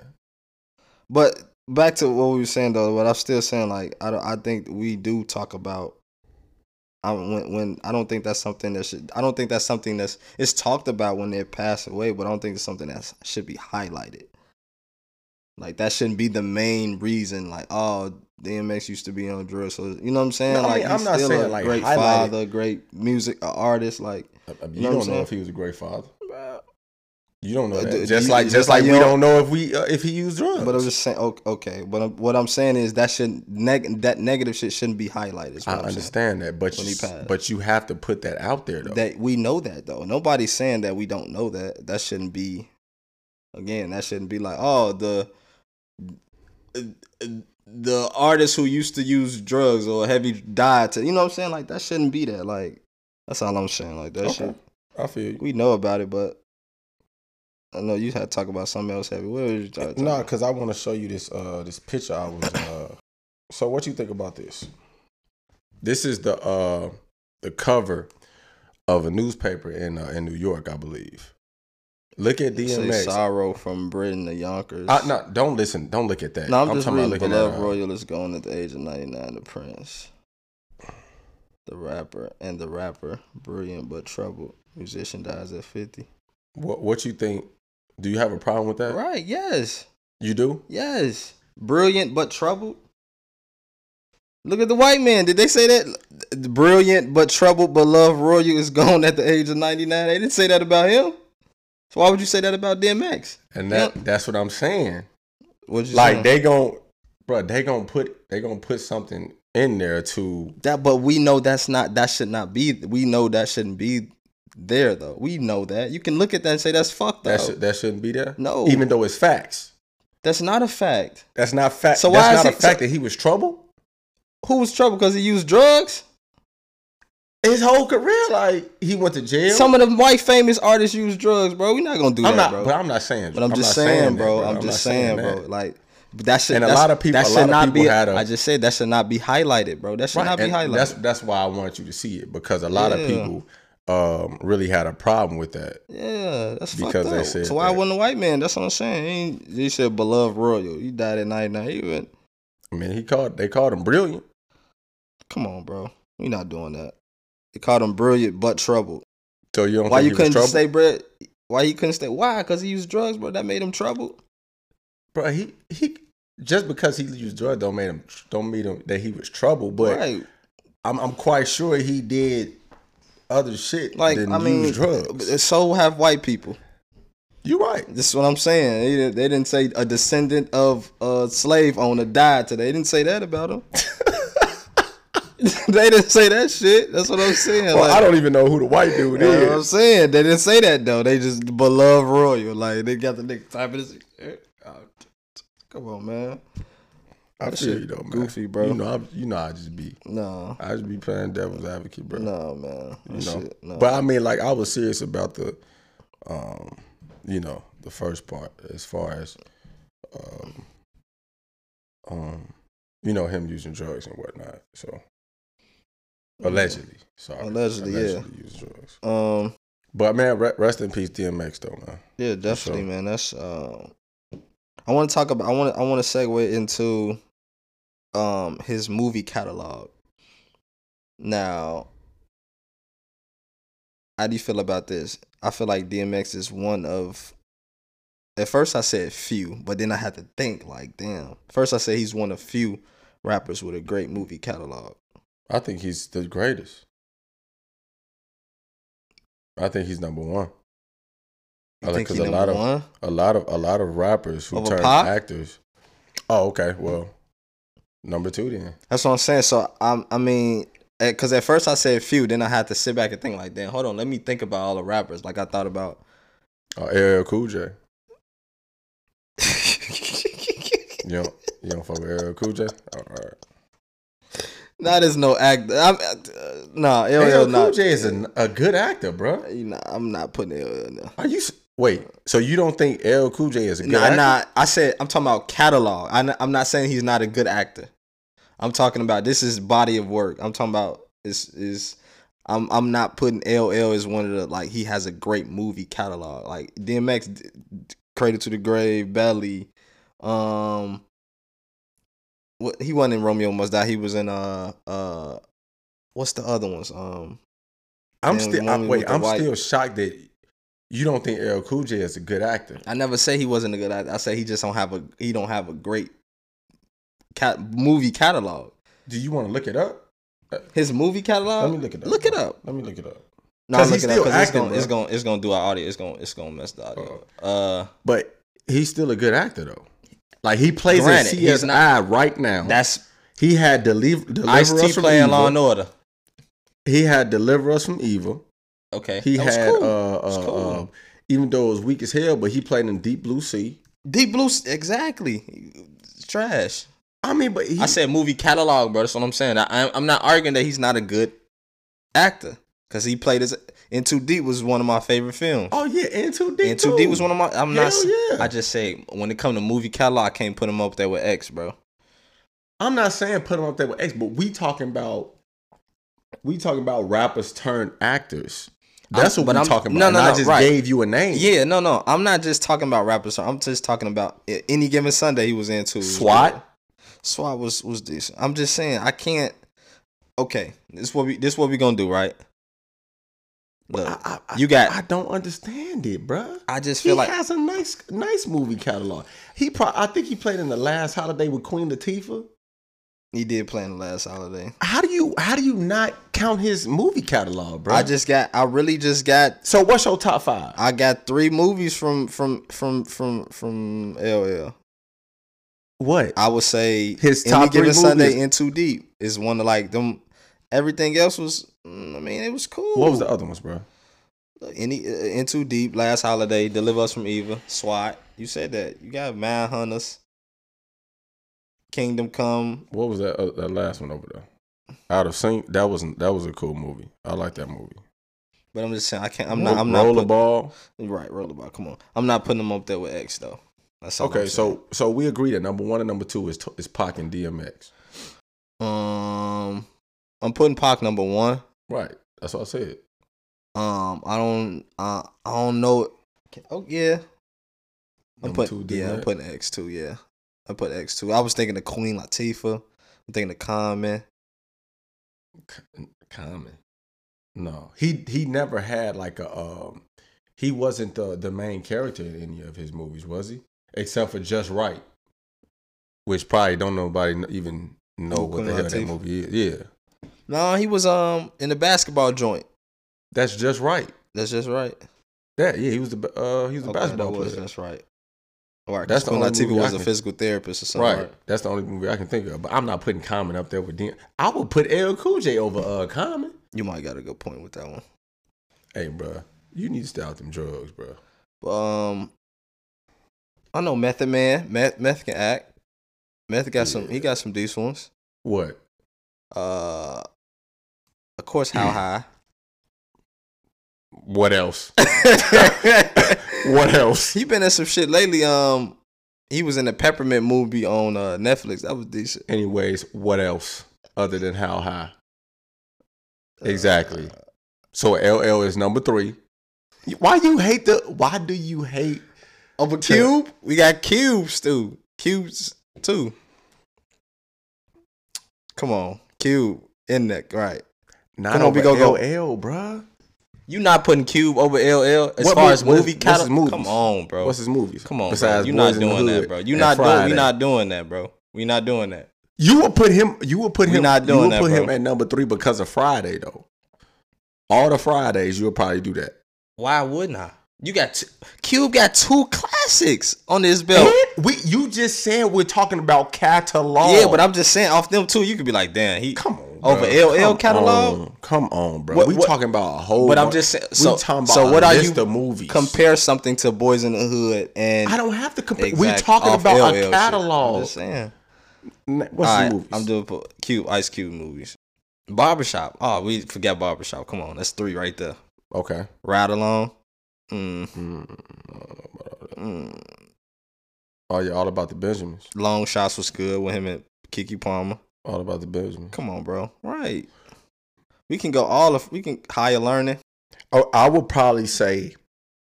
Speaker 2: But back to what we were saying though, what I'm still saying, like I don't, I think we do talk about. I don't- when when I don't think that's something that should. I don't think that's something that's it's talked about when they pass away, but I don't think it's something that should be highlighted. Like that shouldn't be the main reason. Like oh, DMX used to be on drugs, so you know what I'm saying.
Speaker 3: No, I
Speaker 2: like
Speaker 3: mean, I'm not saying, like,
Speaker 2: great
Speaker 3: highlight it.
Speaker 2: father, great music a artist. Like
Speaker 3: I- I- Uh, You,
Speaker 2: You know what I'm
Speaker 3: don't know
Speaker 2: saying?
Speaker 3: if he was a great father. You don't know
Speaker 2: Uh,
Speaker 3: that.
Speaker 2: do-
Speaker 3: just
Speaker 2: you-
Speaker 3: like,
Speaker 2: just
Speaker 3: just
Speaker 2: like
Speaker 3: like we
Speaker 2: you don't-
Speaker 3: don't know if we uh, if he used drugs.
Speaker 2: But I'm just saying, okay, okay. But I'm, what I'm saying is that should neg- that negative shit shouldn't be highlighted. is what I'm
Speaker 3: I
Speaker 2: saying.
Speaker 3: understand that, but
Speaker 2: When
Speaker 3: you,
Speaker 2: he passed.
Speaker 3: but you have to put that out there though.
Speaker 2: that we know that though. Nobody's saying that we don't know that. That shouldn't be. Again, that shouldn't be like oh the the artist who used to use drugs or heavy died to you know what I'm saying like that shouldn't be that like that's all I'm saying like that
Speaker 3: Okay.
Speaker 2: shit
Speaker 3: I feel you.
Speaker 2: we know about it but I know you had to talk about something else heavy what was
Speaker 3: Eh,
Speaker 2: you talking
Speaker 3: No,
Speaker 2: about?
Speaker 3: because I want to show you this uh this picture I was uh so what you think about this? This is the uh the cover of a newspaper in uh, in New York, I believe. Look at
Speaker 2: It say
Speaker 3: DMX.
Speaker 2: sorrow from Britain to Yonkers.
Speaker 3: I, no, don't listen. Don't look at that.
Speaker 2: No, I'm, just
Speaker 3: talking
Speaker 2: reading
Speaker 3: about looking at,
Speaker 2: Beloved
Speaker 3: uh,
Speaker 2: Royal is gone at the age of 99 The Prince. The rapper and the rapper, brilliant but troubled. Musician dies at 50.
Speaker 3: What What you think? Do you have a problem with that?
Speaker 2: Right, yes.
Speaker 3: You do.
Speaker 2: Yes. Brilliant but troubled. Look at the white man. Did they say that? Brilliant but troubled, beloved Royal is gone at the age of 99. They didn't say that about him. So why would you say that about DMX?
Speaker 3: And that
Speaker 2: Yep.
Speaker 3: that's what I'm saying.
Speaker 2: What'd you
Speaker 3: Like
Speaker 2: say?
Speaker 3: they gon' bro, they gon' put they gon' put something in there to
Speaker 2: That, but we know that's not that should not be. We know that shouldn't be there though. We know that. You can look at that and say that's fucked up.
Speaker 3: that should, that shouldn't be there.
Speaker 2: No.
Speaker 3: even though it's facts.
Speaker 2: that's not a fact.
Speaker 3: That's not fact.
Speaker 2: So
Speaker 3: So
Speaker 2: why
Speaker 3: that's
Speaker 2: is
Speaker 3: not a
Speaker 2: it-
Speaker 3: fact that he was trouble.
Speaker 2: Who was trouble because he used drugs?
Speaker 3: His whole career, like he went to jail.
Speaker 2: Some of the white famous artists use drugs, bro. We're not gonna do that,
Speaker 3: I'm not,
Speaker 2: bro.
Speaker 3: but I'm not saying.
Speaker 2: But I'm, just
Speaker 3: not
Speaker 2: saying,
Speaker 3: that,
Speaker 2: bro. I'm,
Speaker 3: not
Speaker 2: just saying,
Speaker 3: that.
Speaker 2: bro. Like but that should
Speaker 3: And a
Speaker 2: that's-
Speaker 3: lot of people-
Speaker 2: That
Speaker 3: a
Speaker 2: should
Speaker 3: lot of
Speaker 2: not
Speaker 3: people
Speaker 2: be.
Speaker 3: had a-
Speaker 2: I just said that should not be highlighted, bro. That should
Speaker 3: Right,
Speaker 2: not be
Speaker 3: and
Speaker 2: highlighted.
Speaker 3: That's that's why I want you to see it because a lot
Speaker 2: Yeah.
Speaker 3: of people um, really had a problem with that.
Speaker 2: yeah, that's
Speaker 3: Because
Speaker 2: fucked
Speaker 3: they
Speaker 2: up.
Speaker 3: said
Speaker 2: so why
Speaker 3: that.
Speaker 2: wasn't a white man? That's what I'm saying. He, ain't- he said beloved royal. He died at 99. He went,
Speaker 3: I mean, he called they called him brilliant.
Speaker 2: Come on, bro. We not doing that. They called him brilliant but troubled.
Speaker 3: So you don't
Speaker 2: Why you
Speaker 3: think he was
Speaker 2: couldn't just stay,
Speaker 3: trouble?
Speaker 2: bro? Why you couldn't stay? Why? Because he used drugs, bro. That made him troubled.
Speaker 3: bro? He he just because he used drugs don't make him don't mean him that he was trouble. But
Speaker 2: right.
Speaker 3: I'm I'm quite sure he did other shit
Speaker 2: Like
Speaker 3: than
Speaker 2: I mean,
Speaker 3: use drugs.
Speaker 2: so have white people.
Speaker 3: You're right.
Speaker 2: This is what I'm saying. They, didn't- they didn't say a descendant of a slave owner died today. They didn't say that about him. they didn't say that shit. That's what I'm saying.
Speaker 3: Well,
Speaker 2: like,
Speaker 3: I don't even know who the white dude
Speaker 2: You know what I'm
Speaker 3: is.
Speaker 2: saying? They didn't say that though. They just beloved royal. Like they got the nigga typing this. Come on, man.
Speaker 3: I
Speaker 2: That
Speaker 3: feel
Speaker 2: shit
Speaker 3: you though, man.
Speaker 2: goofy, bro.
Speaker 3: You know, I'm, you know, I just be,
Speaker 2: No,
Speaker 3: I just be playing devil's advocate, bro.
Speaker 2: no, man. That
Speaker 3: you know.
Speaker 2: shit, no.
Speaker 3: But I mean, like, I was serious about the, um, you know, the first part as far as, um, um, you know, him using drugs and whatnot. So allegedly, sorry,
Speaker 2: Mm-hmm. Allegedly, yeah.
Speaker 3: used drugs.
Speaker 2: um,
Speaker 3: But man, re- rest in peace, DMX, though, man.
Speaker 2: yeah, definitely,
Speaker 3: sure.
Speaker 2: man. That's um. I want to talk about. I want. to. I want to segue into, um, his movie catalog. Now, how do you feel about this? I feel like DMX is one of. At first, I said few, but then I had to think. Like, damn. First, I said he's one of few rappers with a great movie catalog.
Speaker 3: I think he's the greatest. I think he's number one.
Speaker 2: You
Speaker 3: I
Speaker 2: think
Speaker 3: like-
Speaker 2: he
Speaker 3: a lot
Speaker 2: number
Speaker 3: of
Speaker 2: one?
Speaker 3: a lot of a lot of rappers who
Speaker 2: Over
Speaker 3: turn
Speaker 2: Pac?
Speaker 3: actors. Oh, okay. Well, number two then.
Speaker 2: That's what I'm saying. So I, I mean, because at first I said few, then I had to sit back and think like, damn, hold on, let me think about all the rappers. Like I thought about.
Speaker 3: Oh, LL Cool J. You don't, you don't fuck with LL Cool J? All right.
Speaker 2: Not as no act. I'm, uh, nah,
Speaker 3: LL,
Speaker 2: LL,
Speaker 3: Cool
Speaker 2: not.
Speaker 3: J is a, a good actor, bro.
Speaker 2: You know, I'm not putting uh, LL. No.
Speaker 3: Are you s- wait? So you don't think LL Cool J is a good
Speaker 2: Nah,
Speaker 3: actor?
Speaker 2: nah. I said I'm talking about catalog. I, am not saying he's not a good actor. I'm talking about this is body of work. I'm talking about is is. I'm I'm not putting LL as one of the like he has a great movie catalog like DMX, d- d- Cradle to the Grave, Belly, um. What he wasn't in Romeo Must Die. He was in uh uh, what's the other ones? Um,
Speaker 3: I'm
Speaker 2: Damn,
Speaker 3: still
Speaker 2: the
Speaker 3: I'm,
Speaker 2: woman with
Speaker 3: wait.
Speaker 2: the
Speaker 3: I'm
Speaker 2: white-
Speaker 3: still shocked that you don't think LL Cool J is a good actor.
Speaker 2: I never say he wasn't a good actor. I say he just don't have a he don't have a great cat movie catalog.
Speaker 3: Do you want to look it up?
Speaker 2: His movie catalog.
Speaker 3: Let me look it up.
Speaker 2: Uh, Look it up.
Speaker 3: Let me look it up.
Speaker 2: No,
Speaker 3: 'Cause
Speaker 2: look
Speaker 3: he's
Speaker 2: it up
Speaker 3: still
Speaker 2: 'cause
Speaker 3: acting,
Speaker 2: it's gonna, it's
Speaker 3: bro.
Speaker 2: gonna it's gonna do our audio. It's gonna it's gonna mess the audio. up. Uh,
Speaker 3: But he's still a good actor though. Like he plays
Speaker 2: Granted,
Speaker 3: in
Speaker 2: he's
Speaker 3: CSI right now.
Speaker 2: that's
Speaker 3: he had deliver deliver
Speaker 2: Ice T
Speaker 3: us from
Speaker 2: playing
Speaker 3: evil.
Speaker 2: Law and Order.
Speaker 3: He had deliver us from evil.
Speaker 2: Okay,
Speaker 3: He
Speaker 2: that was
Speaker 3: had
Speaker 2: cool.
Speaker 3: uh,
Speaker 2: was
Speaker 3: uh,
Speaker 2: cool.
Speaker 3: uh, even though it was weak as hell, but he played in Deep Blue Sea.
Speaker 2: Deep Blue. Exactly. It's trash.
Speaker 3: I mean, but he,
Speaker 2: I said movie catalog, bro. That's what I'm saying. I, I'm, I'm not arguing that he's not a good actor because he played his in Too Deep was one of my favorite films.
Speaker 3: oh yeah, and Two D.
Speaker 2: And 2D was one of my. I'm not.
Speaker 3: Hell yeah.
Speaker 2: I just say when it come to movie catalog, I can't put him up there with X, bro.
Speaker 3: I'm not saying put him up there with X, but we talking about we talking about rappers turned actors. That's what
Speaker 2: but
Speaker 3: I'm
Speaker 2: I'm-
Speaker 3: talking about.
Speaker 2: no,
Speaker 3: and
Speaker 2: no,
Speaker 3: I
Speaker 2: no,
Speaker 3: just
Speaker 2: right.
Speaker 3: gave you a name.
Speaker 2: Yeah, no, no. I'm not just talking about rappers. I'm just talking about a- any given Sunday he was into. was
Speaker 3: SWAT.
Speaker 2: good. SWAT was was decent. I'm just saying I can't. Okay, this what we this what we gonna do, right? Look,
Speaker 3: I, I,
Speaker 2: you got.
Speaker 3: I don't understand it, bruh.
Speaker 2: I, just
Speaker 3: He
Speaker 2: feel like
Speaker 3: has a nice, nice movie catalog. He, pro- I think he played in the last holiday with Queen Latifah.
Speaker 2: he did play in the last holiday.
Speaker 3: How do you, how do you not count his movie catalog, bro?
Speaker 2: I just got. I really just got.
Speaker 3: so what's your top five?
Speaker 2: I got three movies from from from from from LL.
Speaker 3: what?
Speaker 2: I would say
Speaker 3: His
Speaker 2: Any
Speaker 3: top three
Speaker 2: Given Sunday
Speaker 3: movies.
Speaker 2: and Too Deep is one of like them. Everything else was. mm, I mean, it was cool.
Speaker 3: what was the other ones, bro?
Speaker 2: Any uh, in too deep. Last holiday, deliver us from evil. SWAT. You said that. You got Mad Hunters. Kingdom Come.
Speaker 3: What was that, uh, that last one over there? Out of sync. That wasn't. That was a cool movie. I like that movie.
Speaker 2: But I'm just saying, I can't. I'm not. I'm not. Put,
Speaker 3: Rollerball.
Speaker 2: right, rollerball. Come on. I'm not putting them up there with X though. That's all
Speaker 3: Okay,
Speaker 2: I'm saying.
Speaker 3: so so we agree that number one and number two is is Pac and DMX.
Speaker 2: um, I'm putting Pac number one.
Speaker 3: Right. That's what I said.
Speaker 2: Um, I don't. Uh, I don't know. Oh yeah. I'm
Speaker 3: Number
Speaker 2: putting.
Speaker 3: two,
Speaker 2: Yeah, I'm
Speaker 3: DMX.
Speaker 2: putting X two. Yeah, I put X two. I was thinking of Queen Latifah. I'm thinking of Common.
Speaker 3: C- Common. No, he he never had like a um. He wasn't the the main character in any of his movies, was he? Except for Just Right, which probably don't nobody kn- even know
Speaker 2: Oh,
Speaker 3: what the
Speaker 2: Queen
Speaker 3: hell that
Speaker 2: Latifah.
Speaker 3: movie is. Yeah,
Speaker 2: No, he was um in the basketball joint.
Speaker 3: that's Just Right.
Speaker 2: That's just right.
Speaker 3: That yeah, he was the ba- uh he was the
Speaker 2: Okay,
Speaker 3: basketball
Speaker 2: that was
Speaker 3: player.
Speaker 2: just right. All right, that's
Speaker 3: That's the
Speaker 2: Queen
Speaker 3: only
Speaker 2: Latifah
Speaker 3: movie I
Speaker 2: was a
Speaker 3: can-
Speaker 2: physical therapist or something.
Speaker 3: Right.
Speaker 2: Right.
Speaker 3: that's the only movie I can think of. But I'm not putting Common up there with DM. I would put L Cool J over uh Common.
Speaker 2: You might got a good point with that one.
Speaker 3: Hey, bruh, you need to stay out them drugs, bruh.
Speaker 2: But, um, I know Method Man. Meth, Meth can act. Meth got some. He got some decent ones.
Speaker 3: What?
Speaker 2: Uh, of course, How High.
Speaker 3: What else? What else?
Speaker 2: he been in some shit lately. Um, he was in a peppermint movie on uh, Netflix. That was decent.
Speaker 3: Anyways, what else other than How High? Exactly.
Speaker 2: Uh,
Speaker 3: So LL is number three. Why you hate the? Why do you hate?
Speaker 2: Oh, but Cube. We got cubes too. Cubes too. Come on, Cube in that right.
Speaker 3: Not
Speaker 2: Come on, we
Speaker 3: over
Speaker 2: gonna go-
Speaker 3: LL, bruh.
Speaker 2: You not putting Cube over LL as
Speaker 3: What
Speaker 2: far
Speaker 3: mov-
Speaker 2: as
Speaker 3: what is-
Speaker 2: movie
Speaker 3: what's
Speaker 2: catalog.
Speaker 3: his movies?
Speaker 2: Come on, bro.
Speaker 3: What's his movies?
Speaker 2: Come on,
Speaker 3: Besides
Speaker 2: bro. you not
Speaker 3: Boys in the
Speaker 2: doing that,
Speaker 3: Hood
Speaker 2: bro. You
Speaker 3: and
Speaker 2: not doing.
Speaker 3: Friday.
Speaker 2: You not doing that, bro. We not doing that.
Speaker 3: You would put him. You would put
Speaker 2: We
Speaker 3: him.
Speaker 2: not
Speaker 3: you
Speaker 2: doing
Speaker 3: would
Speaker 2: that,
Speaker 3: put
Speaker 2: bro.
Speaker 3: him at number three because of Friday though. All the Fridays, you'll probably do that.
Speaker 2: Why wouldn't I? You got t- Cube got two classics on his belt.
Speaker 3: And we, you just said we're talking about catalog.
Speaker 2: Yeah, but I'm just saying off them two, you could be like, damn, he.
Speaker 3: come on
Speaker 2: Over
Speaker 3: bruh.
Speaker 2: LL
Speaker 3: Come
Speaker 2: catalog?
Speaker 3: on. Come on, bro.
Speaker 2: What-
Speaker 3: we
Speaker 2: what-
Speaker 3: talking about a whole.
Speaker 2: But I'm
Speaker 3: bunch-
Speaker 2: just saying.
Speaker 3: we
Speaker 2: So,
Speaker 3: talking about
Speaker 2: so what
Speaker 3: a
Speaker 2: are
Speaker 3: list
Speaker 2: you
Speaker 3: of movies?
Speaker 2: compare something to Boys in the Hood and
Speaker 3: I don't have to compare.
Speaker 2: Exact-
Speaker 3: We're talking
Speaker 2: off
Speaker 3: about
Speaker 2: LL
Speaker 3: a
Speaker 2: shit. I'm
Speaker 3: catalog.
Speaker 2: just saying.
Speaker 3: N- What's
Speaker 2: All right,
Speaker 3: the movies?
Speaker 2: I'm doing for Cube Ice Cube movies. Barbershop. Oh, we forgot Barbershop. Come on, that's three right there.
Speaker 3: okay.
Speaker 2: Ride Along. Mm,
Speaker 3: Mm, I don't know about all that.
Speaker 2: mm.
Speaker 3: Oh yeah, all about the Benjamins.
Speaker 2: Long Shots was good with him and Kiki Palmer.
Speaker 3: All about the Benjamins.
Speaker 2: Come on, bro. Right. We can go all of. We can higher learning.
Speaker 3: Oh, I would probably say,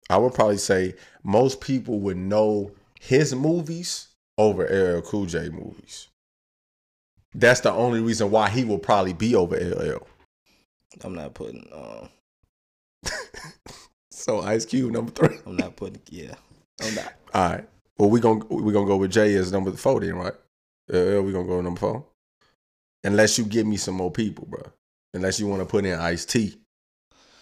Speaker 3: I would probably say most people would know his movies over LL Cool J movies. That's the only reason why he will probably be over LL.
Speaker 2: I'm not putting. Um,
Speaker 3: So Ice Cube number three.
Speaker 2: I'm not putting. Yeah. I'm not.
Speaker 3: All right. Well, we gonna we gonna go with Jay as number four then, right? LL, we gonna go with number four. Unless you give me some more people, bro. Unless you want to put in Ice T.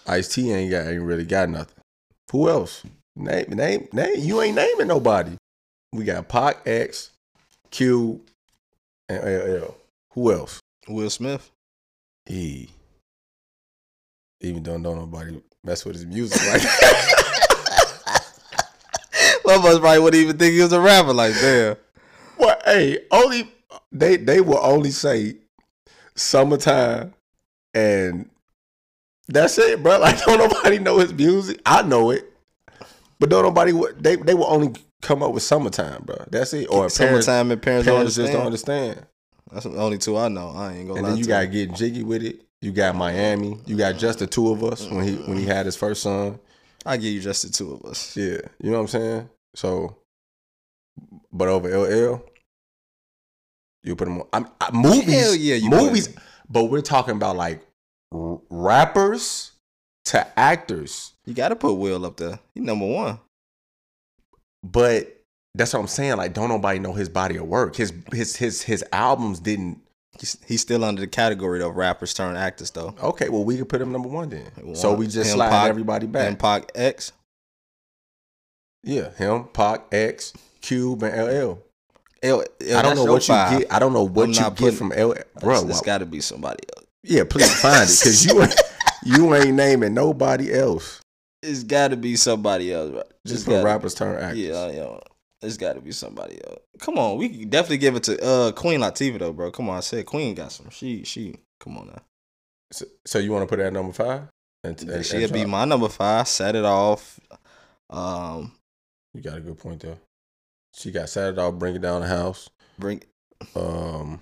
Speaker 3: Ice T ain't got ain't really got nothing. Who else? Name name name. You ain't naming nobody. We got Pac X, Q, and LL. Who else?
Speaker 2: Will Smith.
Speaker 3: E. Even don't know nobody mess with his music like
Speaker 2: Motherfuckers probably wouldn't even think he was a rapper. Like, damn.
Speaker 3: Well, hey, only they they will only say summertime, and that's it, bro. Like don't nobody know his music. I know it, but don't nobody. would- They they will only come up with summertime, bro. That's it. Or parents,
Speaker 2: Summertime and parents,
Speaker 3: parents just
Speaker 2: don't
Speaker 3: don't
Speaker 2: understand.
Speaker 3: understand.
Speaker 2: That's the only two I know. I ain't gonna
Speaker 3: And
Speaker 2: lie
Speaker 3: then you
Speaker 2: to
Speaker 3: gotta
Speaker 2: you.
Speaker 3: get jiggy with it. You got Miami. You got just the two of us when he when he had his first son.
Speaker 2: I give you just the two of us.
Speaker 3: Yeah, you know what I'm saying. So, but over LL, you put him on. I'm, I, movies,
Speaker 2: Hell yeah, you
Speaker 3: movies.
Speaker 2: would.
Speaker 3: But we're talking about like r- rappers to actors.
Speaker 2: You got to put Will up there. He number one.
Speaker 3: But that's what I'm saying. Like, don't nobody know his body of work. His his his his albums didn't.
Speaker 2: He's, he's still under the category of rappers turned actors though.
Speaker 3: Okay, well we could put him number one then. So
Speaker 2: One,
Speaker 3: we just
Speaker 2: him,
Speaker 3: slide
Speaker 2: Pac,
Speaker 3: everybody back.
Speaker 2: And Pac X,
Speaker 3: Yeah, him, Pac, X, Cube, and LL.
Speaker 2: L, L,
Speaker 3: I don't know what you get. I don't know what
Speaker 2: I'm
Speaker 3: you
Speaker 2: not putting-
Speaker 3: get from LL, bro.
Speaker 2: Bro, it's got to be somebody else.
Speaker 3: yeah, please find it because you ain't, you ain't naming nobody else.
Speaker 2: It's got to be somebody else. Bro.
Speaker 3: Just
Speaker 2: It's
Speaker 3: put
Speaker 2: gotta-
Speaker 3: rappers turn actors.
Speaker 2: Yeah, yeah. It's got to be somebody else. Come on, we can definitely give it to uh Queen Latifah though, bro. Come on, I said Queen got some. She she. Come on now.
Speaker 3: So, so you want to put that number five? And, and-
Speaker 2: She'll
Speaker 3: and
Speaker 2: be
Speaker 3: drop.
Speaker 2: my number five. Set it off. Um,
Speaker 3: You got a good point there. She got Saturday. Off, Bring it down the house.
Speaker 2: bring
Speaker 3: Um,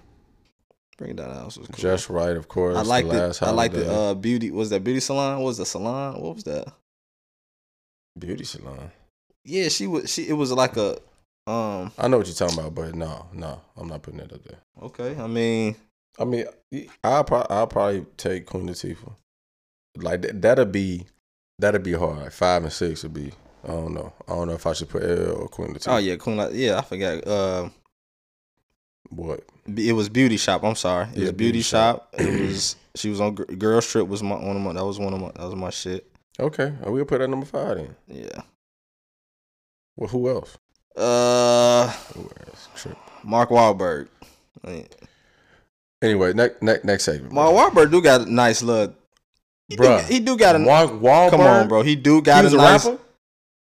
Speaker 2: bring it down. That was cool.
Speaker 3: just right, of course.
Speaker 2: I like the,
Speaker 3: last
Speaker 2: I like the
Speaker 3: Holiday.
Speaker 2: uh beauty. Was that beauty salon? What was the salon? What was that?
Speaker 3: beauty salon.
Speaker 2: Yeah, she was. She it was like a um.
Speaker 3: I know what you're talking about, but no, no, I'm not putting that up there.
Speaker 2: Okay, I mean
Speaker 3: I mean, I'll probably I'll probably take Queen Latifah. Like that, that'll be that'll be hard. Five and six would be. I don't know. I don't know if I should put L or Queen Latifah.
Speaker 2: Oh yeah, Queen. La- yeah, I forgot. Um,
Speaker 3: What?
Speaker 2: b- it was Beauty Shop. I'm sorry. It
Speaker 3: Yeah,
Speaker 2: was
Speaker 3: Beauty
Speaker 2: Beauty Shop. It was she was on Gir- Girl Trip. Was my one of my that was one of my that was my shit.
Speaker 3: Okay, I will put that number five then.
Speaker 2: Yeah.
Speaker 3: Well, who else?
Speaker 2: Uh,
Speaker 3: Who else? Trip.
Speaker 2: Mark Wahlberg. I mean,
Speaker 3: Anyway, next next next segment.
Speaker 2: Mark Wahlberg do got a nice look. He do-
Speaker 3: Bruh.
Speaker 2: he do got a.
Speaker 3: Mark Wahlberg.
Speaker 2: come on, bro. He do got
Speaker 3: he was
Speaker 2: a
Speaker 3: a
Speaker 2: nice.
Speaker 3: rapper.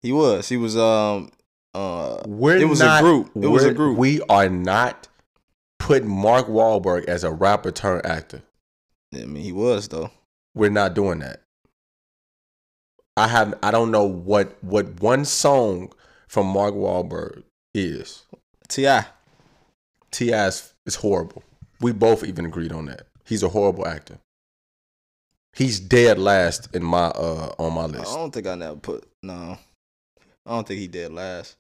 Speaker 2: He was. He was. Um. Uh.
Speaker 3: We're
Speaker 2: It was a
Speaker 3: not-
Speaker 2: group. It was a
Speaker 3: we're-
Speaker 2: group.
Speaker 3: We are not putting Mark Wahlberg as a rapper turned actor.
Speaker 2: I mean, he was though.
Speaker 3: we're not doing that. I have I don't know what what one song from Mark Wahlberg is.
Speaker 2: Ti.
Speaker 3: Ti is, is horrible. We both even agreed on that. He's a horrible actor. He's dead last in my uh on my
Speaker 2: I
Speaker 3: list.
Speaker 2: don't think I never put no. I don't think he did last.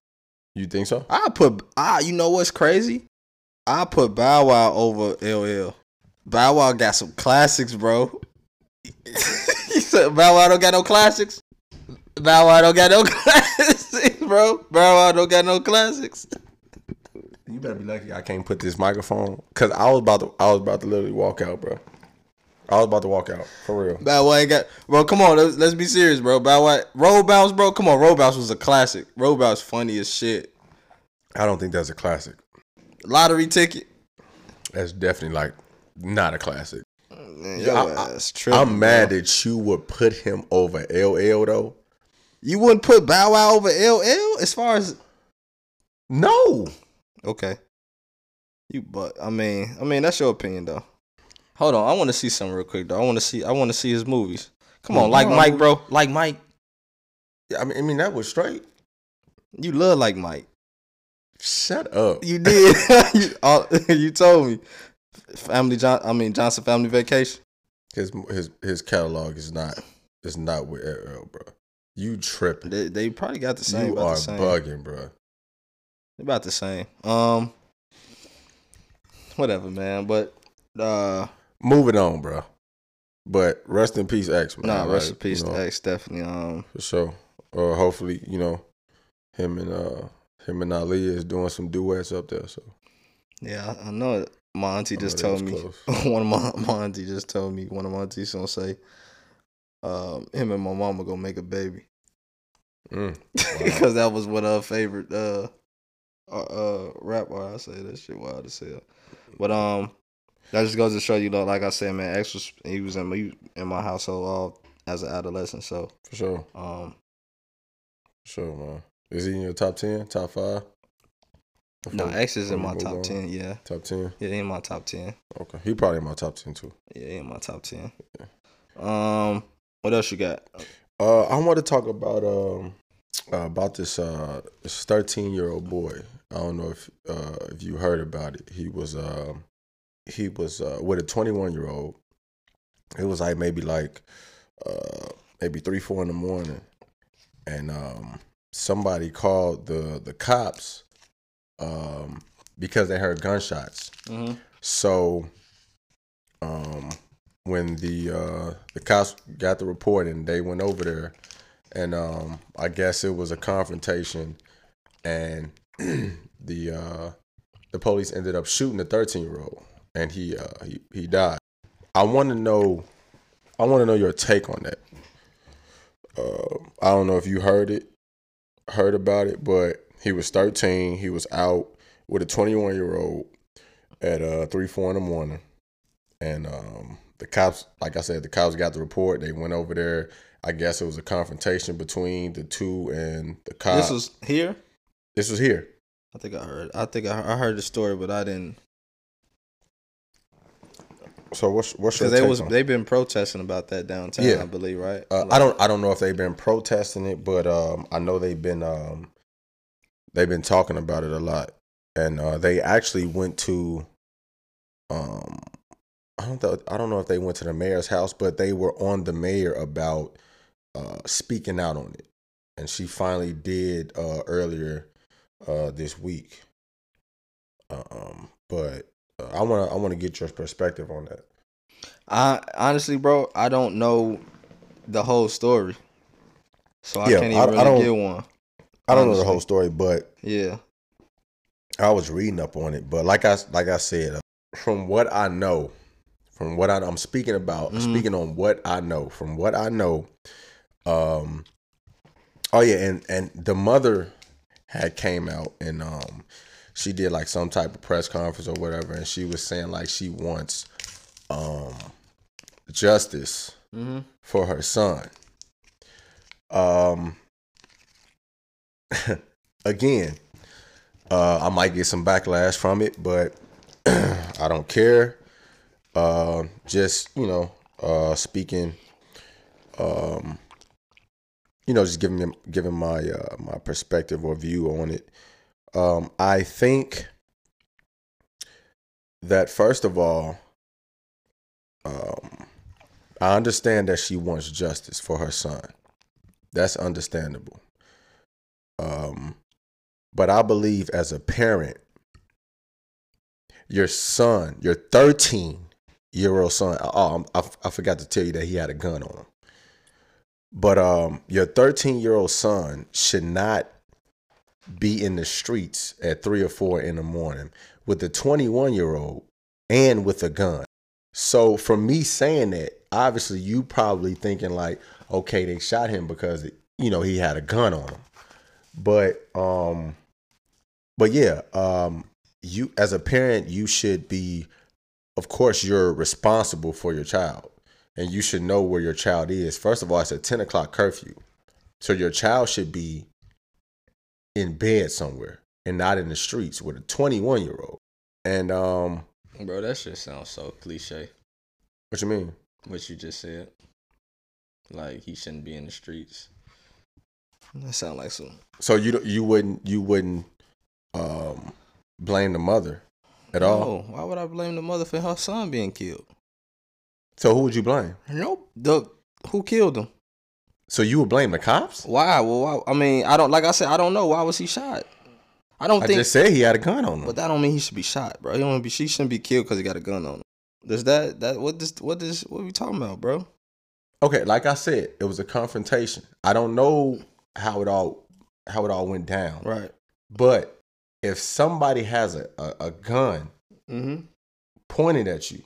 Speaker 3: You think so?
Speaker 2: I put ah, you know what's crazy? I put Bow Wow over LL. Bow Wow got some classics, bro. you said Bow Wow don't got no classics. Bow Wow don't got no classics, bro. Bow Wow don't got no classics.
Speaker 3: You better be lucky I can't put this microphone cuz I was about to I was about to literally walk out, bro. I was about to walk out for real.
Speaker 2: Bow Wow ain't got, bro. Come on, let's, let's be serious, bro. Bow Wow, Roll Bounce, bro. Come on, Roll Bounce was a classic. Roll Bounce funny as shit.
Speaker 3: I don't think that's a classic.
Speaker 2: Lottery ticket.
Speaker 3: That's definitely like not a classic.
Speaker 2: Man,
Speaker 3: Yeah,
Speaker 2: your
Speaker 3: I- I-
Speaker 2: ass tripping,
Speaker 3: I'm mad
Speaker 2: bro.
Speaker 3: that you would put him over LL though.
Speaker 2: You wouldn't put Bow Wow over LL as far as
Speaker 3: No.
Speaker 2: Okay. You but I mean I mean that's your opinion though. Hold on, I want to see something real quick though. I want to see I want to see his movies. Come on, like
Speaker 3: No,
Speaker 2: Mike, bro. Like Mike.
Speaker 3: I mean, I mean that was straight.
Speaker 2: You love like Mike.
Speaker 3: Shut up.
Speaker 2: You did. you, all, you told me. Family John. I mean Johnson Family Vacation.
Speaker 3: His his his catalog is not is not with LL, bro. You tripping?
Speaker 2: They, they probably got the same.
Speaker 3: you
Speaker 2: about
Speaker 3: are
Speaker 2: the same.
Speaker 3: bugging, bro.
Speaker 2: They About the same. Um. Whatever, man. But uh,
Speaker 3: Moving on, bro. But rest in peace, X. Man.
Speaker 2: nah.
Speaker 3: Like,
Speaker 2: Rest in peace,
Speaker 3: you know,
Speaker 2: to X. Definitely. Um.
Speaker 3: For sure. Uh, hopefully, you know him and uh him and Ali is doing some duets up there. So
Speaker 2: Yeah, I I know it. My auntie
Speaker 3: I know
Speaker 2: just
Speaker 3: that was
Speaker 2: told me
Speaker 3: close.
Speaker 2: one of my, my auntie just told me one of my aunties gonna say, um, him and my mama gonna make a baby
Speaker 3: mm.
Speaker 2: because that was one of her favorite uh, uh, uh rap I say that shit wild as hell, but um, that just goes to show you know, like I said, man, X was he was in my he was in my household all as an adolescent, so
Speaker 3: for sure,
Speaker 2: um,
Speaker 3: for sure, man. Is he in your top ten, top five?
Speaker 2: no,
Speaker 3: Before-
Speaker 2: X is in
Speaker 3: before
Speaker 2: my
Speaker 3: we move
Speaker 2: top
Speaker 3: on.
Speaker 2: ten, yeah,
Speaker 3: Top ten.
Speaker 2: yeah, he in my top ten.
Speaker 3: Okay, he probably in my top ten too.
Speaker 2: Yeah, he in my top ten. Um, what else you got?
Speaker 3: Uh, I want to talk about um uh, about this uh this thirteen year old boy. I don't know if uh if you heard about it. He was um he was uh with a twenty one year old it was like maybe like uh maybe three four in the morning and um somebody called the the cops um because they heard gunshots
Speaker 2: Mm-hmm.
Speaker 3: so um when the uh the cops got the report and they went over there and um i guess it was a confrontation and the uh the police ended up shooting the 13 year old and he uh he, he died i want to know i want to know your take on that uh i don't know if you heard it heard about it but he was 13 he was out with a 21 year old at uh three four in the morning, and um the cops, like I said, the cops got the report. They went over there. I guess it was a confrontation between the two and the cops.
Speaker 2: this was here.
Speaker 3: this was here.
Speaker 2: I think I heard. I think I, I heard the story, but I didn't.
Speaker 3: So what's what's your
Speaker 2: Because they
Speaker 3: take
Speaker 2: was
Speaker 3: on-
Speaker 2: they've been protesting about that downtown.
Speaker 3: Yeah.
Speaker 2: I believe right.
Speaker 3: Uh, I don't I don't know if they've been protesting it, but um, I know they've been um, they've been talking about it a lot, and uh, they actually went to um, I don't know, I don't know if they went to the mayor's house, but they were on the mayor about uh, speaking out on it, and she finally did uh, earlier uh, this week. Um, but uh, I want to I want to get your perspective on that.
Speaker 2: I honestly, bro, I don't know the whole story, so I
Speaker 3: Yeah,
Speaker 2: can't
Speaker 3: I- I
Speaker 2: even
Speaker 3: don't-
Speaker 2: really get one.
Speaker 3: I don't know the
Speaker 2: Honestly.
Speaker 3: whole story, but
Speaker 2: Yeah,
Speaker 3: I was reading up on it, but like I like I said, uh, from what I know, from what I, I'm speaking about,
Speaker 2: Mhm.
Speaker 3: speaking on what I know, from what I know, um, oh yeah, and and the mother had came out and um, she did like some type of press conference or whatever, and she was saying like she wants um justice
Speaker 2: mm-hmm.
Speaker 3: for her son. Um, again, uh, I might get some backlash from it, but I don't care. Uh, just you know, uh, speaking, um, you know, just giving them giving my uh, my perspective or view on it. Um, I think that first of all, um, I understand that she wants justice for her son. That's understandable. Um, but I believe as a parent, your son, your 13 year old son, oh, I'm- I, f- I forgot to tell you that he had a gun on him. But um, your 13 year old son should not be in the streets at three or four in the morning with a 21 year old and with a gun. So from me saying that, obviously you probably thinking like, okay, they shot him because you know he had a gun on him. But um but yeah, um you as a parent, you should be of course you're responsible for your child. And you should know where your child is. First of all, it's a 10 o'clock curfew. So your child should be in bed somewhere and not in the streets with a 21 year old. And um
Speaker 2: bro, that shit sounds so cliche.
Speaker 3: what you mean?
Speaker 2: What you just said, like he shouldn't be in the streets. That sound like some.
Speaker 3: So you don't- you wouldn't you wouldn't um blame the mother at all.
Speaker 2: No, why would I blame the mother for her son being killed?
Speaker 3: So who would you blame?
Speaker 2: Nope. The who killed him?
Speaker 3: So you would blame the cops?
Speaker 2: Why? Well, why? I mean, I don't. Like I said, I don't know. Why was he shot? I don't
Speaker 3: I
Speaker 2: think.
Speaker 3: just said he had a gun on him.
Speaker 2: But that don't mean he should be shot, bro. He don't be. She shouldn't be killed because he got a gun on him. Does that that what this what this what we talking about, bro?
Speaker 3: okay, like I said, it was a confrontation. I don't know how it all how it all went down.
Speaker 2: Right.
Speaker 3: But if somebody has a, a, a gun
Speaker 2: Mm-hmm.
Speaker 3: pointed at you,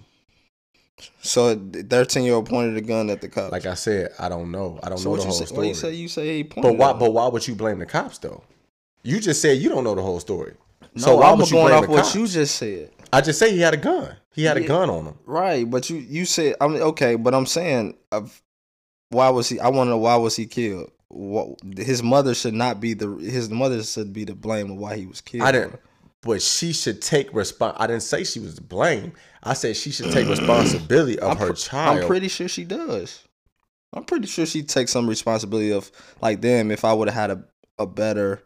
Speaker 2: So thirteen year old pointed a gun at the cops.
Speaker 3: like I said, I don't know. I don't
Speaker 2: so
Speaker 3: know
Speaker 2: what
Speaker 3: the
Speaker 2: you
Speaker 3: whole
Speaker 2: say? Why
Speaker 3: story.
Speaker 2: you say you say he pointed?
Speaker 3: but why
Speaker 2: at him?
Speaker 3: but why would you blame the cops though? You just said you don't know the whole story.
Speaker 2: No,
Speaker 3: so why
Speaker 2: I'm
Speaker 3: would you
Speaker 2: going
Speaker 3: blame
Speaker 2: off
Speaker 3: the
Speaker 2: what
Speaker 3: cops?
Speaker 2: you just said.
Speaker 3: I just say he had a gun. He had a
Speaker 2: Yeah.
Speaker 3: gun on him.
Speaker 2: Right, but you you said I mean okay, but I'm saying i why was he? I want to know why was he killed. What, his mother should not be the his mother should be the blame of why he was killed.
Speaker 3: I didn't. But she should take respons. I didn't say she was to blame. I said she should take responsibility of
Speaker 2: I'm
Speaker 3: her
Speaker 2: pre-
Speaker 3: child.
Speaker 2: I'm pretty sure she does. I'm pretty sure she takes some responsibility of like, damn, if I would have had a, a better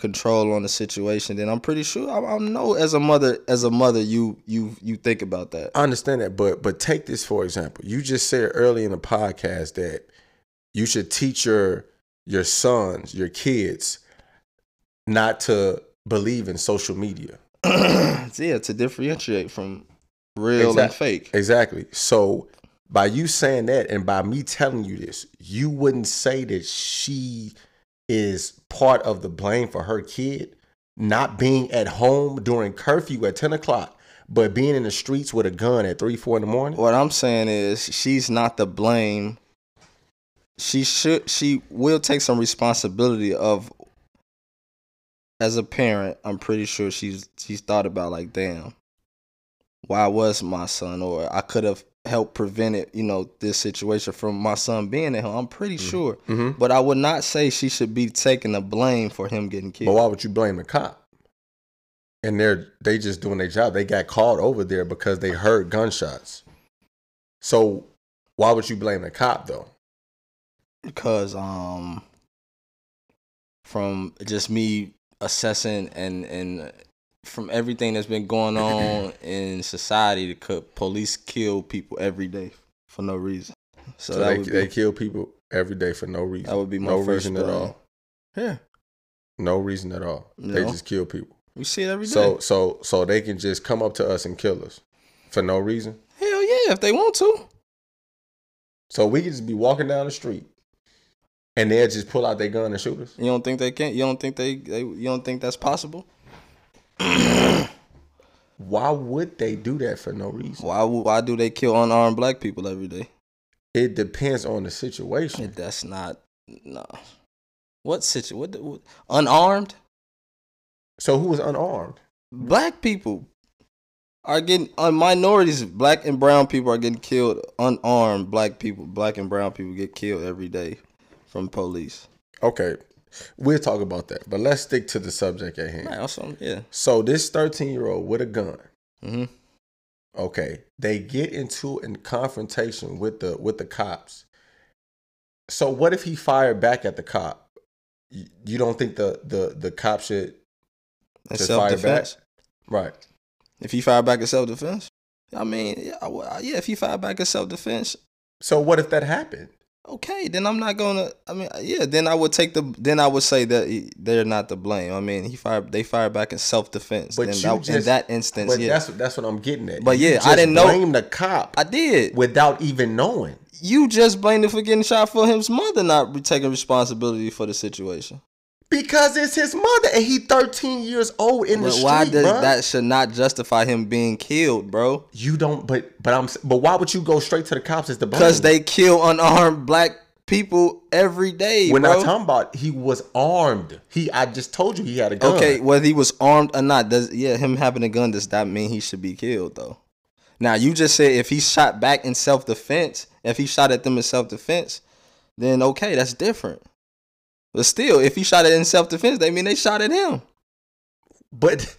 Speaker 2: control on the situation, then I'm pretty sure I, I know as a mother, as a mother, you you you think about that.
Speaker 3: I understand that, but but take this for example. You just said early in the podcast that you should teach your your sons, your kids, not to believe in social media.
Speaker 2: yeah, to differentiate from real and
Speaker 3: Exact-
Speaker 2: fake.
Speaker 3: Exactly. So by you saying that and by me telling you this, you wouldn't say that she is part of the blame for her kid not being at home during curfew at 10 o'clock, but being in the streets with a gun at 3, 4 in the morning.
Speaker 2: What I'm saying is she's not the blame. She should she will take some responsibility of as a parent, I'm pretty sure she's she's thought about like, damn, why was my son or I could have helped prevent it, you know, this situation from my son being at home. I'm pretty sure.
Speaker 3: Mhm.
Speaker 2: But I would not say she should be taking the blame for him getting
Speaker 3: But
Speaker 2: killed.
Speaker 3: why would you blame the cop? And they're they just doing their job. They got called over there because they heard gunshots. So why would you blame the cop though?
Speaker 2: because um from just me assessing and and from everything that's been going on in society the co- police kill people every day for no reason so,
Speaker 3: So,
Speaker 2: that
Speaker 3: they,
Speaker 2: would
Speaker 3: they
Speaker 2: be,
Speaker 3: kill people every day for no reason.
Speaker 2: that would be my
Speaker 3: no
Speaker 2: first
Speaker 3: reason at
Speaker 2: blame.
Speaker 3: all.
Speaker 2: yeah
Speaker 3: No reason at all. They
Speaker 2: No.
Speaker 3: just kill people.
Speaker 2: we see it every day
Speaker 3: So so so they can just come up to us and kill us for no reason.
Speaker 2: hell yeah if they want to
Speaker 3: So we could just be walking down the street and they'll just pull out their gun and shoot us.
Speaker 2: you don't think they can't you don't think they, they you don't think that's possible
Speaker 3: Why would they do that for no reason?
Speaker 2: why would- why do they kill unarmed black people every day
Speaker 3: It depends on the situation.
Speaker 2: that's not no what situation what, the- what unarmed
Speaker 3: So who was unarmed?
Speaker 2: black people are getting uh, minorities black and brown people are getting killed unarmed black people black and brown people get killed every day from police
Speaker 3: Okay. We'll talk about that. But let's stick to the subject at hand.
Speaker 2: right also yeah
Speaker 3: So this 13 year old with a gun
Speaker 2: hmm
Speaker 3: okay they get into a confrontation with the with the cops so what if he fired back at the cop you, you don't think the the the cop should
Speaker 2: and
Speaker 3: Just fire
Speaker 2: self-defense
Speaker 3: right
Speaker 2: if he fired back at self-defense i mean yeah, I would- yeah if he fired back at self-defense
Speaker 3: so what if that happened
Speaker 2: okay then i'm not gonna i mean yeah then i would take the then i would say that he- they're not to blame i mean he fired they fired back in self-defense
Speaker 3: But
Speaker 2: then
Speaker 3: you
Speaker 2: that, in
Speaker 3: just-
Speaker 2: that instance
Speaker 3: but
Speaker 2: yeah
Speaker 3: that's that's what i'm getting at
Speaker 2: But
Speaker 3: You
Speaker 2: yeah, I
Speaker 3: just
Speaker 2: didn't know-
Speaker 3: blame the cop
Speaker 2: i did
Speaker 3: without even knowing
Speaker 2: You just blamed him for getting shot for his mother not re- taking responsibility for the situation.
Speaker 3: because it's his mother and he 13 years old in the
Speaker 2: But
Speaker 3: street
Speaker 2: why does
Speaker 3: bruh.
Speaker 2: that should not justify him being killed, bro?
Speaker 3: you don't but but i'm s- but why would you go straight to the cops as the blame?
Speaker 2: Because they kill unarmed black people every day,
Speaker 3: we're
Speaker 2: bro.
Speaker 3: not talking about he was armed he i just told you he had a gun
Speaker 2: okay, whether he was armed or not, does yeah, him having a gun does not mean he should be killed though. Now you just said if he shot back in self defense, if he shot at them in self defense, then okay, that's different. But still, if he shot it in self defense, they mean they shot at him.
Speaker 3: But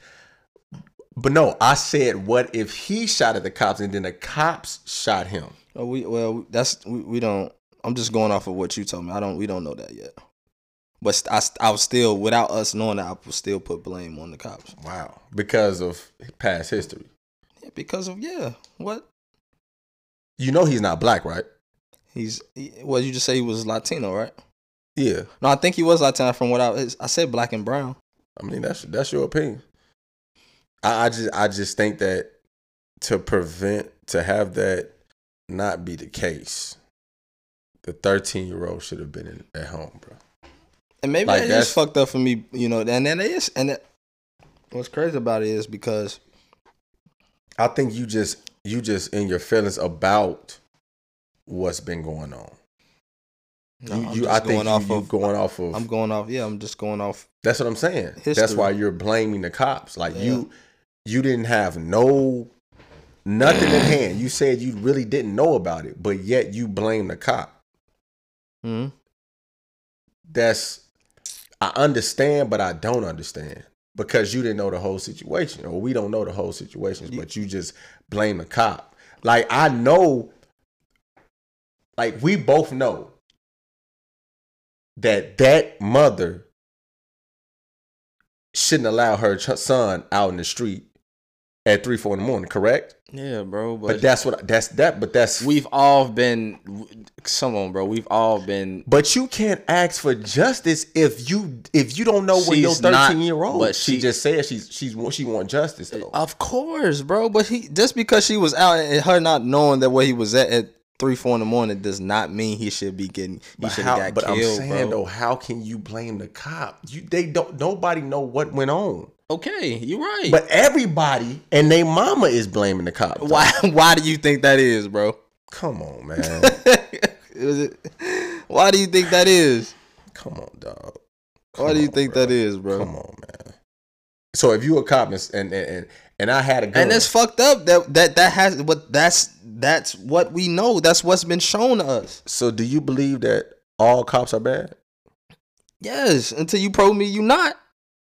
Speaker 3: but no, I said what if he shot at the cops and then the cops shot him?
Speaker 2: Oh, we well, that's we, we don't. I'm just going off of what you told me. I don't. We don't know that yet. But st- I, st- I was still without us knowing that I would still put blame on the cops
Speaker 3: Wow. Because of past history.
Speaker 2: yeah, because of yeah. What
Speaker 3: You know he's not black, right?
Speaker 2: he's he, well, you just say he was Latino, right?
Speaker 3: Yeah.
Speaker 2: No, I think he was Latino from what I was- I said, black and brown.
Speaker 3: I mean that's that's your opinion. I, I just I just think that to prevent to have that not be the case, the thirteen year old should have been in, at home, bro.
Speaker 2: And maybe
Speaker 3: Like,
Speaker 2: that
Speaker 3: that's-
Speaker 2: is fucked up for me, you know. And then it is. And that, what's crazy about it is because
Speaker 3: I think you just you just in your feelings about what's been going on.
Speaker 2: No,
Speaker 3: you,
Speaker 2: I'm
Speaker 3: you
Speaker 2: just
Speaker 3: I think
Speaker 2: going
Speaker 3: you,
Speaker 2: off
Speaker 3: you
Speaker 2: of-
Speaker 3: going off of
Speaker 2: I'm going off. Yeah, I'm just going off.
Speaker 3: That's what I'm saying. That's
Speaker 2: History.
Speaker 3: why you're blaming the cops. Like you you didn't have no nothing in hand. You said you really didn't know about it, but yet you blame the cop.
Speaker 2: hmm
Speaker 3: That's I understand, but I don't understand. Because you didn't know the whole situation. Or we don't know the whole situation,
Speaker 2: You-
Speaker 3: but you just blame the cop. Like I know like we both know that that mother shouldn't allow her ch- son out in the street at three, four in the morning. Correct?
Speaker 2: Yeah, bro. But,
Speaker 3: But that's what that's that. But that's
Speaker 2: we've all been. Come on, bro. We've all been.
Speaker 3: But you can't ask for justice if you if you don't know where your
Speaker 2: She's not-
Speaker 3: thirteen year old.
Speaker 2: but
Speaker 3: She,
Speaker 2: she- Oh,
Speaker 3: just said she's she's wa- she want justice though.
Speaker 2: Of course, bro. But he just because she was out and her not knowing that where he was at at three, four in the morning does not mean he should be getting. He
Speaker 3: but
Speaker 2: should
Speaker 3: how,
Speaker 2: have got
Speaker 3: but
Speaker 2: killed,
Speaker 3: I'm saying
Speaker 2: bro.
Speaker 3: though, how can you blame the cop? You they don't nobody know what went on.
Speaker 2: Okay, you're right.
Speaker 3: But everybody and they mama is blaming the cop. though.
Speaker 2: why? Why do you think that is, bro?
Speaker 3: Come on, man.
Speaker 2: Is it- why do you think that is?
Speaker 3: Come on, dog.
Speaker 2: Why do you think that is, bro?
Speaker 3: Come on, man. So if you a cop and and and, and I had a gun,
Speaker 2: And it's fucked up that that that has what that's that's what we know. That's what's been shown to us.
Speaker 3: so do you believe that all cops are bad?
Speaker 2: Yes, until you prove me you not.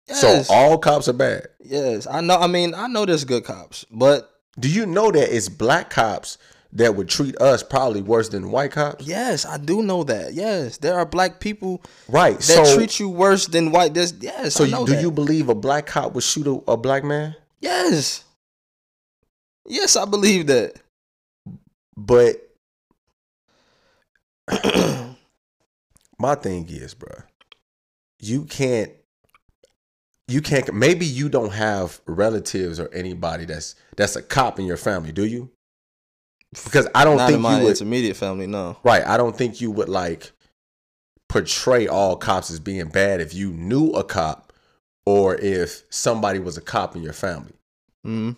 Speaker 2: Yes.
Speaker 3: So all cops are bad.
Speaker 2: yes, I know. I mean, I know there's good cops, but
Speaker 3: Do you know that it's black cops that would treat us probably worse than white cops?
Speaker 2: yes, I do know that. Yes, there are black people
Speaker 3: Right.
Speaker 2: that
Speaker 3: so
Speaker 2: treat you worse than white. There's yes.
Speaker 3: so
Speaker 2: I
Speaker 3: you-
Speaker 2: know
Speaker 3: do
Speaker 2: that.
Speaker 3: you believe a black cop would shoot a, a black man?
Speaker 2: Yes. Yes, I believe that.
Speaker 3: But my thing is, bruh, you can't you can't maybe you don't have relatives or anybody that's that's a cop in your family, do you? Because I don't
Speaker 2: Not in
Speaker 3: think
Speaker 2: my
Speaker 3: you would
Speaker 2: intermediate family. No.
Speaker 3: Right. I don't think you would like portray all cops as being bad if you knew a cop or if somebody was a cop in your family.
Speaker 2: hmm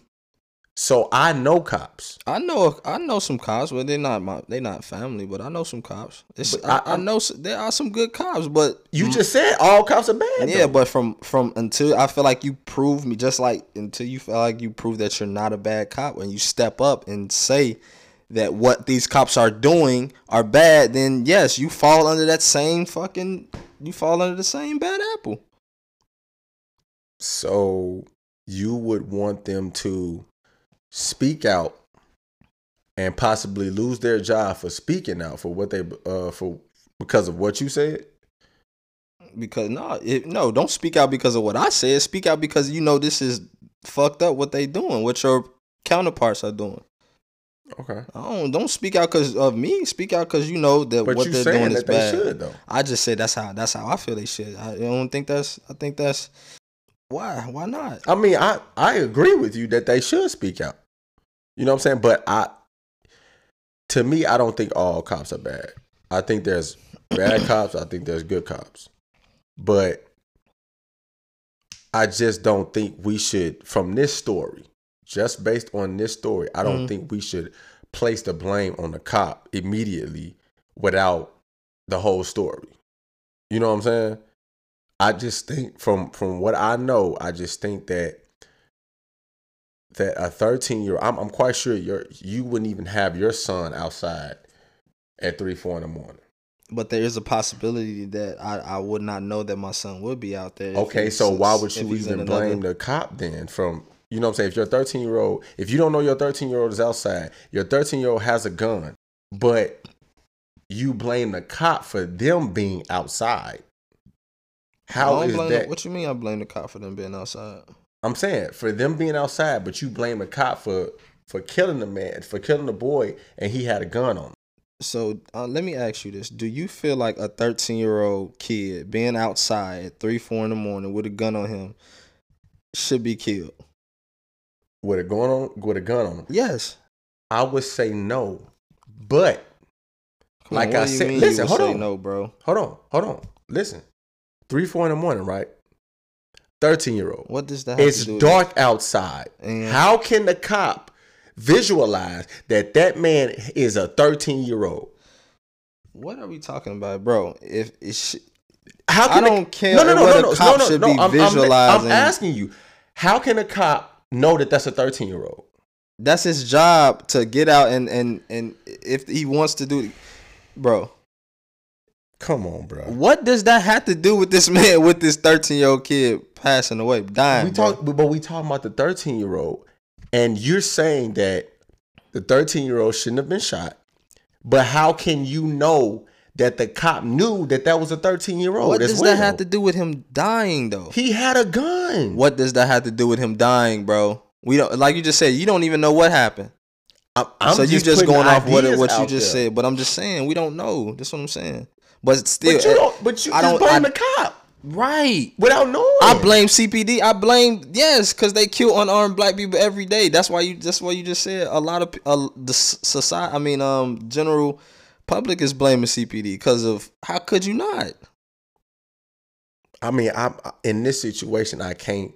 Speaker 3: So I know cops.
Speaker 2: I know I know some cops, but they're not my they not family. But I know some cops. It's,
Speaker 3: But
Speaker 2: I,
Speaker 3: I-
Speaker 2: I, know s- there are some good cops, but
Speaker 3: You just said all cops are bad.
Speaker 2: Mm. yeah,
Speaker 3: though.
Speaker 2: but from from until I feel like you prove me, just like until you feel like you prove that you're not a bad cop, when you step up and say that what these cops are doing are bad, then yes, you fall under that same fucking you fall under the same bad apple.
Speaker 3: So you would want them to speak out and possibly lose their job for speaking out for what they uh for because of what you said?
Speaker 2: because no, it, no, don't speak out because of what I said. Speak out because you know this is fucked up. What they doing, what your counterparts are doing.
Speaker 3: Okay.
Speaker 2: I don't don't speak out because of me. Speak out because you know that
Speaker 3: But
Speaker 2: what
Speaker 3: you
Speaker 2: they're
Speaker 3: saying
Speaker 2: doing is
Speaker 3: that they
Speaker 2: bad.
Speaker 3: should though.
Speaker 2: I just say that's how that's how I feel they should. I don't think that's. I think that's why why not.
Speaker 3: I mean, I I agree with you that they should speak out. You know what I'm saying? But I, to me, I don't think all cops are bad. I think there's bad cops. I think there's good cops. But I just don't think we should, from this story, just based on this story, I don't
Speaker 2: Mhm.
Speaker 3: think we should place the blame on the cop immediately without the whole story. You know what I'm saying? I just think from from what I know, I just think that that a 13 year I'm I'm quite sure your you wouldn't even have your son outside at three, four in the morning.
Speaker 2: But there is a possibility that I, I would not know that my son would be out there. if
Speaker 3: Okay,
Speaker 2: he's-
Speaker 3: so why would
Speaker 2: if
Speaker 3: you
Speaker 2: he's in
Speaker 3: even
Speaker 2: another-
Speaker 3: blame the cop then from you know what I'm saying? If your 13 year old, if you don't know your 13 year old is outside, your 13 year old has a gun, but you blame the cop for them being outside.
Speaker 2: I
Speaker 3: How
Speaker 2: don't
Speaker 3: is
Speaker 2: blame
Speaker 3: that?
Speaker 2: The, what you mean? I blame the cop for them being outside.
Speaker 3: I'm saying for them being outside, but you blame the cop for for killing the man, for killing the boy, and he had a gun on. him.
Speaker 2: So uh, let me ask you this: Do you feel like a thirteen-year-old kid being outside at three, four in the morning with a gun on him should be killed?
Speaker 3: with a gun on with a gun on him.
Speaker 2: Yes.
Speaker 3: I would say no, but
Speaker 2: Come
Speaker 3: Like
Speaker 2: what
Speaker 3: I
Speaker 2: do you
Speaker 3: said-
Speaker 2: mean you
Speaker 3: listen,
Speaker 2: would
Speaker 3: hold
Speaker 2: say
Speaker 3: on.
Speaker 2: No, bro.
Speaker 3: hold on, hold on. Listen, three four in the morning, right? Thirteen year old.
Speaker 2: What does that? Have
Speaker 3: It's
Speaker 2: to do with
Speaker 3: dark outside.
Speaker 2: And-
Speaker 3: How can the cop visualize that that man is a thirteen year old?
Speaker 2: it? What are we talking about, bro? If it sh-
Speaker 3: How
Speaker 2: I
Speaker 3: can the-
Speaker 2: don't care what a cop should be
Speaker 3: I'm- I'm,
Speaker 2: visualizing.
Speaker 3: I'm asking you, how can a cop know that that's a thirteen year old?
Speaker 2: that's his job to get out and and and if he wants to do, bro.
Speaker 3: Come on, bro.
Speaker 2: What does that have to do with this man with this thirteen-year-old kid passing away, dying?
Speaker 3: we
Speaker 2: bro?
Speaker 3: talk, but we talking about the thirteen year old, and you're saying that the thirteen year old shouldn't have been shot. But how can you know that the cop knew that that was a 13 year old.
Speaker 2: What does that have to do with him dying though?
Speaker 3: He had a gun.
Speaker 2: What does that have to do with him dying, bro? We don't like you just said. You don't even know what happened.
Speaker 3: I'm, I'm
Speaker 2: so you just
Speaker 3: putting
Speaker 2: going off what
Speaker 3: ideas
Speaker 2: what you
Speaker 3: out
Speaker 2: just
Speaker 3: there.
Speaker 2: said. But I'm just saying we don't know. That's what I'm saying. But still, eh,
Speaker 3: But you don't. But you
Speaker 2: I
Speaker 3: just
Speaker 2: don't- I-
Speaker 3: blame the cop
Speaker 2: right?
Speaker 3: without knowing.
Speaker 2: I blame CPD. I blame yes, because they kill unarmed black people every day. That's why you. That's why you just said a lot of pe- uh, the society. I mean, um, general public is blaming CPD because of how could you not?
Speaker 3: I mean, I'm uh, in this situation. I can't.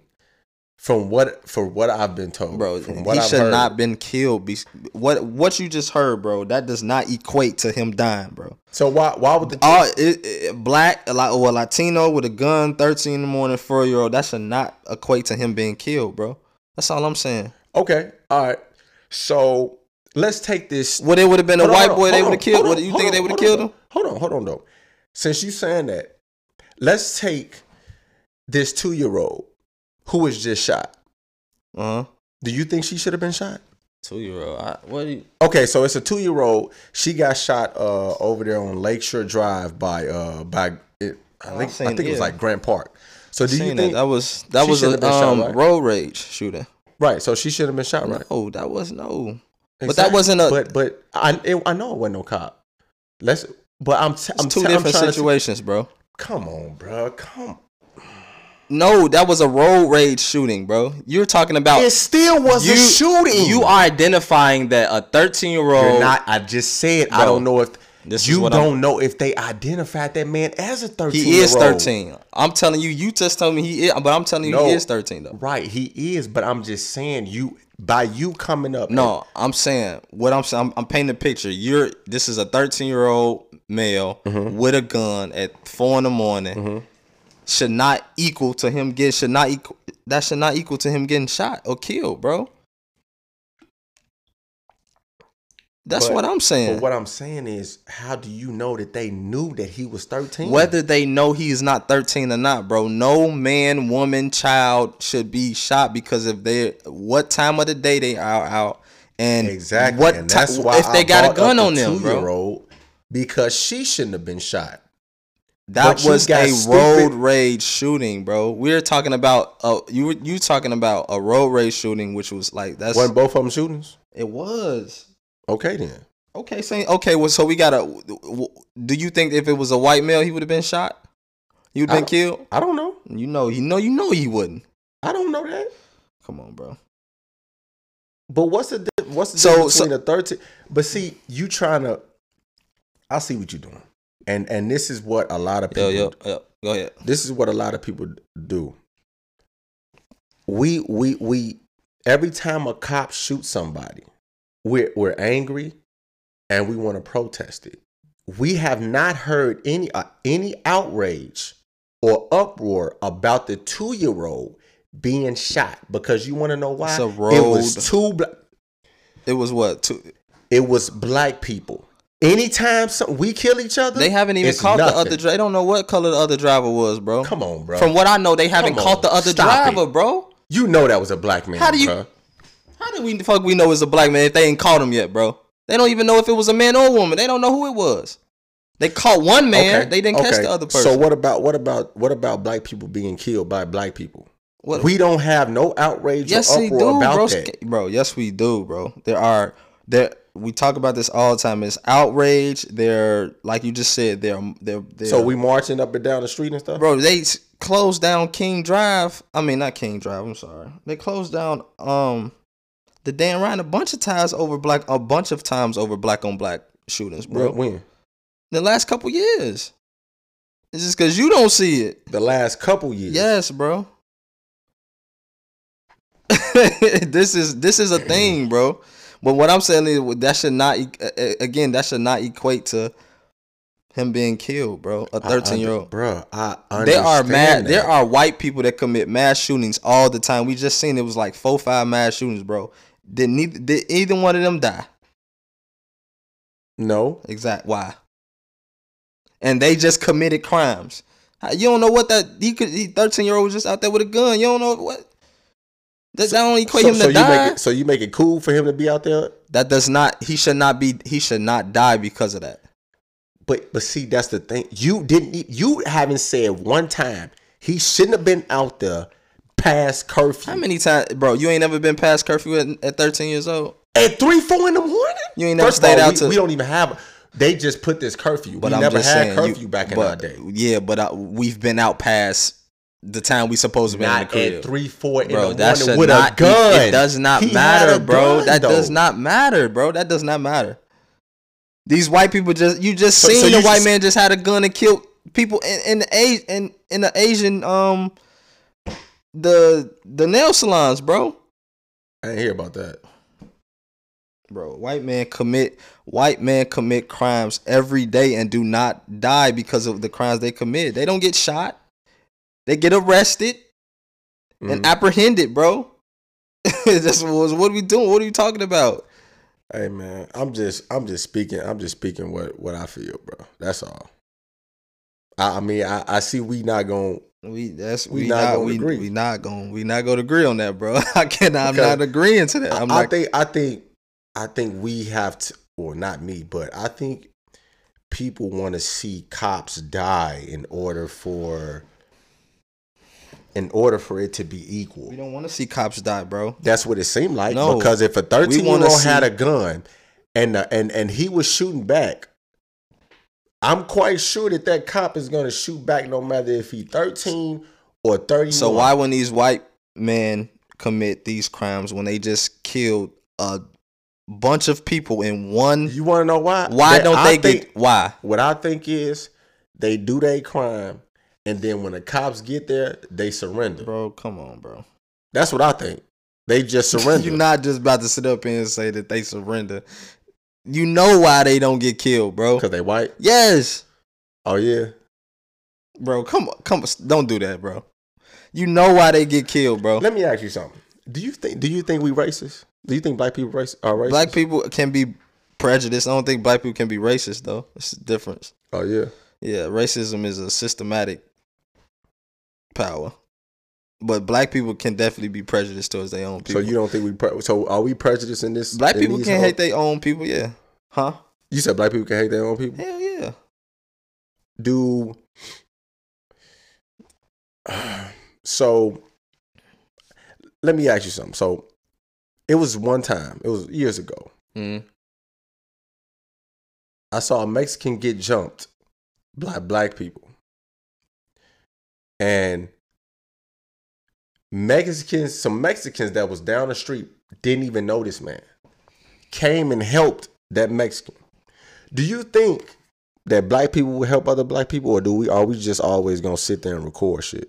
Speaker 3: From what for what I've been told,
Speaker 2: bro.
Speaker 3: From what
Speaker 2: he
Speaker 3: I've
Speaker 2: should
Speaker 3: heard,
Speaker 2: not been killed. Be, what what you just heard, bro? That does not equate to him dying, bro.
Speaker 3: So why why would the
Speaker 2: All it, it, black a lot or a Latino with a gun, thirteen in the morning, four year old. That should not equate to him being killed, bro. That's all I'm saying.
Speaker 3: Okay, all right. So let's take this.
Speaker 2: Would it would have been a
Speaker 3: Hold on,
Speaker 2: white
Speaker 3: hold
Speaker 2: boy?
Speaker 3: on,
Speaker 2: They
Speaker 3: hold
Speaker 2: would have
Speaker 3: on,
Speaker 2: killed.
Speaker 3: hold
Speaker 2: What
Speaker 3: on,
Speaker 2: you
Speaker 3: hold
Speaker 2: think
Speaker 3: on,
Speaker 2: they would have
Speaker 3: hold
Speaker 2: killed
Speaker 3: on,
Speaker 2: him?
Speaker 3: Hold on, hold on though. Since you saying that, let's take this two year old who was just shot.
Speaker 2: Uh huh.
Speaker 3: Do you think she should have been shot?
Speaker 2: Two year old. What?
Speaker 3: Okay, so it's a two year old. She got shot uh, over there on Lakeshore Drive by uh by it,
Speaker 2: Oh,
Speaker 3: I
Speaker 2: I've
Speaker 3: think I
Speaker 2: seen-
Speaker 3: think it was
Speaker 2: yeah.
Speaker 3: like Grant Park. So do
Speaker 2: Seen
Speaker 3: you
Speaker 2: that?
Speaker 3: think
Speaker 2: That was that
Speaker 3: she
Speaker 2: was
Speaker 3: should've
Speaker 2: a
Speaker 3: been shot,
Speaker 2: um,
Speaker 3: right?
Speaker 2: road rage shooting.
Speaker 3: right? So she should have been shot, right?
Speaker 2: Oh, that was no. But
Speaker 3: Exact-
Speaker 2: that wasn't a.
Speaker 3: But but I it, I know it wasn't no cop. Let's. But I'm t-
Speaker 2: it's
Speaker 3: I'm
Speaker 2: two
Speaker 3: t- I'm
Speaker 2: different
Speaker 3: trying to-
Speaker 2: situations, bro.
Speaker 3: Come on, bro. Come.
Speaker 2: No, that was a road rage shooting, bro. You're talking about
Speaker 3: It still was a shooting.
Speaker 2: You are identifying that a 13 year
Speaker 3: You're
Speaker 2: old.
Speaker 3: not. I just said I
Speaker 2: Bro,
Speaker 3: don't know if
Speaker 2: this is
Speaker 3: you
Speaker 2: what I'm-
Speaker 3: don't know if they identified that man as a thirteen.
Speaker 2: He is
Speaker 3: year old.
Speaker 2: 13. I'm telling you, you just told me he is, but I'm telling you,
Speaker 3: No.
Speaker 2: he is 13 though.
Speaker 3: Right, he is. But I'm just saying you by you coming up.
Speaker 2: No, I'm saying what I'm saying. I'm, I'm painting a picture. You're this is a 13 year old male
Speaker 3: Mm-hmm.
Speaker 2: with a gun at four in the morning. Should not equal to him get. Should not equal. That should not equal to him getting shot or killed, bro. That's
Speaker 3: But-
Speaker 2: what I'm saying.
Speaker 3: But what I'm saying is, how do you know that they knew that he was thirteen?
Speaker 2: Whether they know he is not 13 or not, bro, no man, woman, child should be shot because if they what time of the day they are out and
Speaker 3: exactly.
Speaker 2: what
Speaker 3: and
Speaker 2: ti-
Speaker 3: that's why
Speaker 2: if they
Speaker 3: I
Speaker 2: got a
Speaker 3: brought
Speaker 2: gun
Speaker 3: up the
Speaker 2: on them, bro.
Speaker 3: two-year-old, because she shouldn't have been shot.
Speaker 2: That
Speaker 3: But you
Speaker 2: was
Speaker 3: got
Speaker 2: a
Speaker 3: stupid-
Speaker 2: road rage shooting, bro. We're talking about uh you were- you talking about a road rage shooting which was like that's
Speaker 3: Wasn't both of them shootings?
Speaker 2: it was
Speaker 3: Okay, then.
Speaker 2: Okay, saying okay, well so we got to do you think if it was a white male he would have been shot? He would
Speaker 3: I
Speaker 2: have been
Speaker 3: don't-
Speaker 2: killed?
Speaker 3: I don't know.
Speaker 2: You know, you know you know he wouldn't.
Speaker 3: I don't know that.
Speaker 2: Come on, bro.
Speaker 3: But what's the di- what's the
Speaker 2: So-
Speaker 3: difference
Speaker 2: so-
Speaker 3: between a thirteen? But see, you trying to. I see what you're doing, and and this is what a lot of
Speaker 2: Yo,
Speaker 3: people.
Speaker 2: yo, yo, go ahead.
Speaker 3: This is what a lot of people do. We we we every time a cop shoots somebody, we're we're angry, and we want to protest it. We have not heard any uh, any outrage or uproar about the two year old being shot because you want to know why
Speaker 2: It's a
Speaker 3: it was
Speaker 2: road-
Speaker 3: two. Bla-
Speaker 2: It was what? Two,
Speaker 3: It was black people. Anytime some, we kill each other,
Speaker 2: they haven't even
Speaker 3: it's
Speaker 2: caught
Speaker 3: nothing.
Speaker 2: the other. dri- They don't know what color the other driver was, bro.
Speaker 3: Come on, bro.
Speaker 2: From what I know, they haven't
Speaker 3: Come on,
Speaker 2: caught the other
Speaker 3: stop it.
Speaker 2: driver, bro.
Speaker 3: you know that was a black man.
Speaker 2: How do you-
Speaker 3: bruh.
Speaker 2: How do we the fuck we know it's a black man if they ain't caught him yet, bro? They don't even know if it was a man or a woman. They don't know who it was. They caught one man.
Speaker 3: Okay,
Speaker 2: They didn't catch
Speaker 3: okay.
Speaker 2: the other person.
Speaker 3: So what about what about what about black people being killed by black people?
Speaker 2: What-
Speaker 3: We don't have no outrage
Speaker 2: Yes,
Speaker 3: or
Speaker 2: we do,
Speaker 3: uproar about
Speaker 2: bro.
Speaker 3: that.
Speaker 2: Bro, yes, we do, bro. There are there. We talk about this all the time. It's outrage. They're like you just said. They're they're. they're
Speaker 3: So we marching up and down the street and stuff.
Speaker 2: bro they s- closed down king drive i mean not king drive i'm sorry they closed down um the dan ryan a bunch of times over black a bunch of times over black on black shootings bro
Speaker 3: When- when
Speaker 2: the last couple years it's just because you don't see it
Speaker 3: the last couple years.
Speaker 2: yes bro this is this is a thing bro but what i'm saying is that should not e- a- a- again that should not equate to him being killed bro a
Speaker 3: I
Speaker 2: 13 year old
Speaker 3: under- Bruh, I understand.
Speaker 2: there are mad.
Speaker 3: That.
Speaker 2: There are white people that commit mass shootings all the time. We just seen it was like four, five mass shootings, bro. Did neither did either one of them die?
Speaker 3: no.
Speaker 2: Exact why? And they just committed crimes. How- You don't know what that he could. He thirteen year old was just out there with a gun. You don't know what. That, that don't equate
Speaker 3: So,
Speaker 2: him to
Speaker 3: so you
Speaker 2: die.
Speaker 3: make it, so you make it cool for him to be out there.
Speaker 2: that does not. He should not be. He should not die because of that.
Speaker 4: but but see, that's the thing. You didn't. e- You haven't said one time he shouldn't have been out there past curfew
Speaker 3: Hmm.
Speaker 2: How many times, bro? You ain't never been past curfew at, at 13 years old.
Speaker 4: at three, four in the morning.
Speaker 2: You ain't never
Speaker 4: First of all,
Speaker 2: stayed out
Speaker 4: we,
Speaker 2: till-
Speaker 4: we don't even have. They just put this curfew.
Speaker 2: But
Speaker 4: we
Speaker 2: I'm
Speaker 4: never
Speaker 2: just
Speaker 4: had
Speaker 2: saying,
Speaker 4: curfew
Speaker 2: you,
Speaker 4: back in
Speaker 2: but,
Speaker 4: our day.
Speaker 2: Yeah, but I, we've been out past the time we supposed to be in the
Speaker 4: Not
Speaker 2: crib.
Speaker 4: at three, four in
Speaker 2: bro,
Speaker 4: the
Speaker 2: that
Speaker 4: morning
Speaker 2: should
Speaker 4: with
Speaker 2: not.
Speaker 4: a
Speaker 2: it-
Speaker 4: gun.
Speaker 2: It, does not
Speaker 4: He had
Speaker 2: matter,
Speaker 4: a
Speaker 2: bro.
Speaker 4: gun,
Speaker 2: that does
Speaker 4: though.
Speaker 2: not matter, bro. That does not matter. These white people just you just
Speaker 4: So- so
Speaker 2: seen
Speaker 4: you
Speaker 2: the white
Speaker 4: just-
Speaker 2: man just had a gun and killed people in in the A- in in the Asian um the the nail salons, bro.
Speaker 3: I didn't hear about that.
Speaker 2: Bro, white man commit white men commit crimes every day and do not die because of the crimes they commit. They don't get shot. They get arrested and
Speaker 4: Mm.
Speaker 3: Mhm.
Speaker 2: apprehended, bro. That's what what are we doing? What are you talking about?
Speaker 3: Hey man, I'm just I'm just speaking I'm just speaking what what I feel, bro. That's all. I, I mean I, I see we not going
Speaker 2: We that's
Speaker 3: We
Speaker 2: we,
Speaker 3: not
Speaker 2: not,
Speaker 3: gonna
Speaker 2: we,
Speaker 3: agree.
Speaker 2: we not going we not going to agree on that, bro. I cannot. I'm
Speaker 3: Because
Speaker 2: not agreeing to that.
Speaker 3: i
Speaker 2: I'm
Speaker 3: I
Speaker 2: not.
Speaker 3: think I think I think we have to or not me, but I think people want to see cops die in order for in order for it to be
Speaker 2: we
Speaker 3: equal.
Speaker 2: don't want to see cops die, bro.
Speaker 3: That's what it seemed like.
Speaker 2: No.
Speaker 3: because if a thirteen year
Speaker 2: wanna
Speaker 3: old had
Speaker 2: see-
Speaker 3: a gun and uh, and and he was shooting back, I'm quite sure that that cop is gonna shoot back no matter if he thirteen or thirty.
Speaker 2: So why wouldn't these white men commit these crimes when they just killed a bunch of people in one?
Speaker 3: you want to know why?
Speaker 2: Why
Speaker 3: That
Speaker 2: don't
Speaker 3: I
Speaker 2: they get why?
Speaker 3: What I think is they do their crime, and then when the cops get there, they surrender.
Speaker 2: Bro, come on, bro.
Speaker 3: That's what I think. They just surrender.
Speaker 2: You're not just about to sit up here and say that they surrender. You know why they don't get killed, bro.
Speaker 3: because they white.
Speaker 2: Yes,
Speaker 3: Oh yeah,
Speaker 2: bro. Come on, come on. Don't do that, bro. You know why they get killed, bro.
Speaker 3: Let me ask you something. Do you think do you think we racist? Do you think black people race are racist?
Speaker 2: Black people can be prejudiced. I don't think black people can be racist though. It's the difference.
Speaker 3: Oh yeah.
Speaker 2: Yeah, racism is a systematic power. But black people can definitely be prejudiced towards their own people.
Speaker 3: So you don't think we pre- so are we prejudiced in this?
Speaker 2: black
Speaker 3: in
Speaker 2: people
Speaker 3: these
Speaker 2: can
Speaker 3: whole-
Speaker 2: hate their own people, yeah. Huh?
Speaker 3: You said black people can hate their own people.
Speaker 2: Hell yeah.
Speaker 3: Do so. Let me ask you something. So it was one time. It was years ago.
Speaker 2: Mm.
Speaker 3: I saw a Mexican get jumped by black people. And Mexicans, some Mexicans that was down the street didn't even know this man. Came and helped that Mexican. Do you think that black people will help other black people, or do we are we just always gonna sit there and record shit?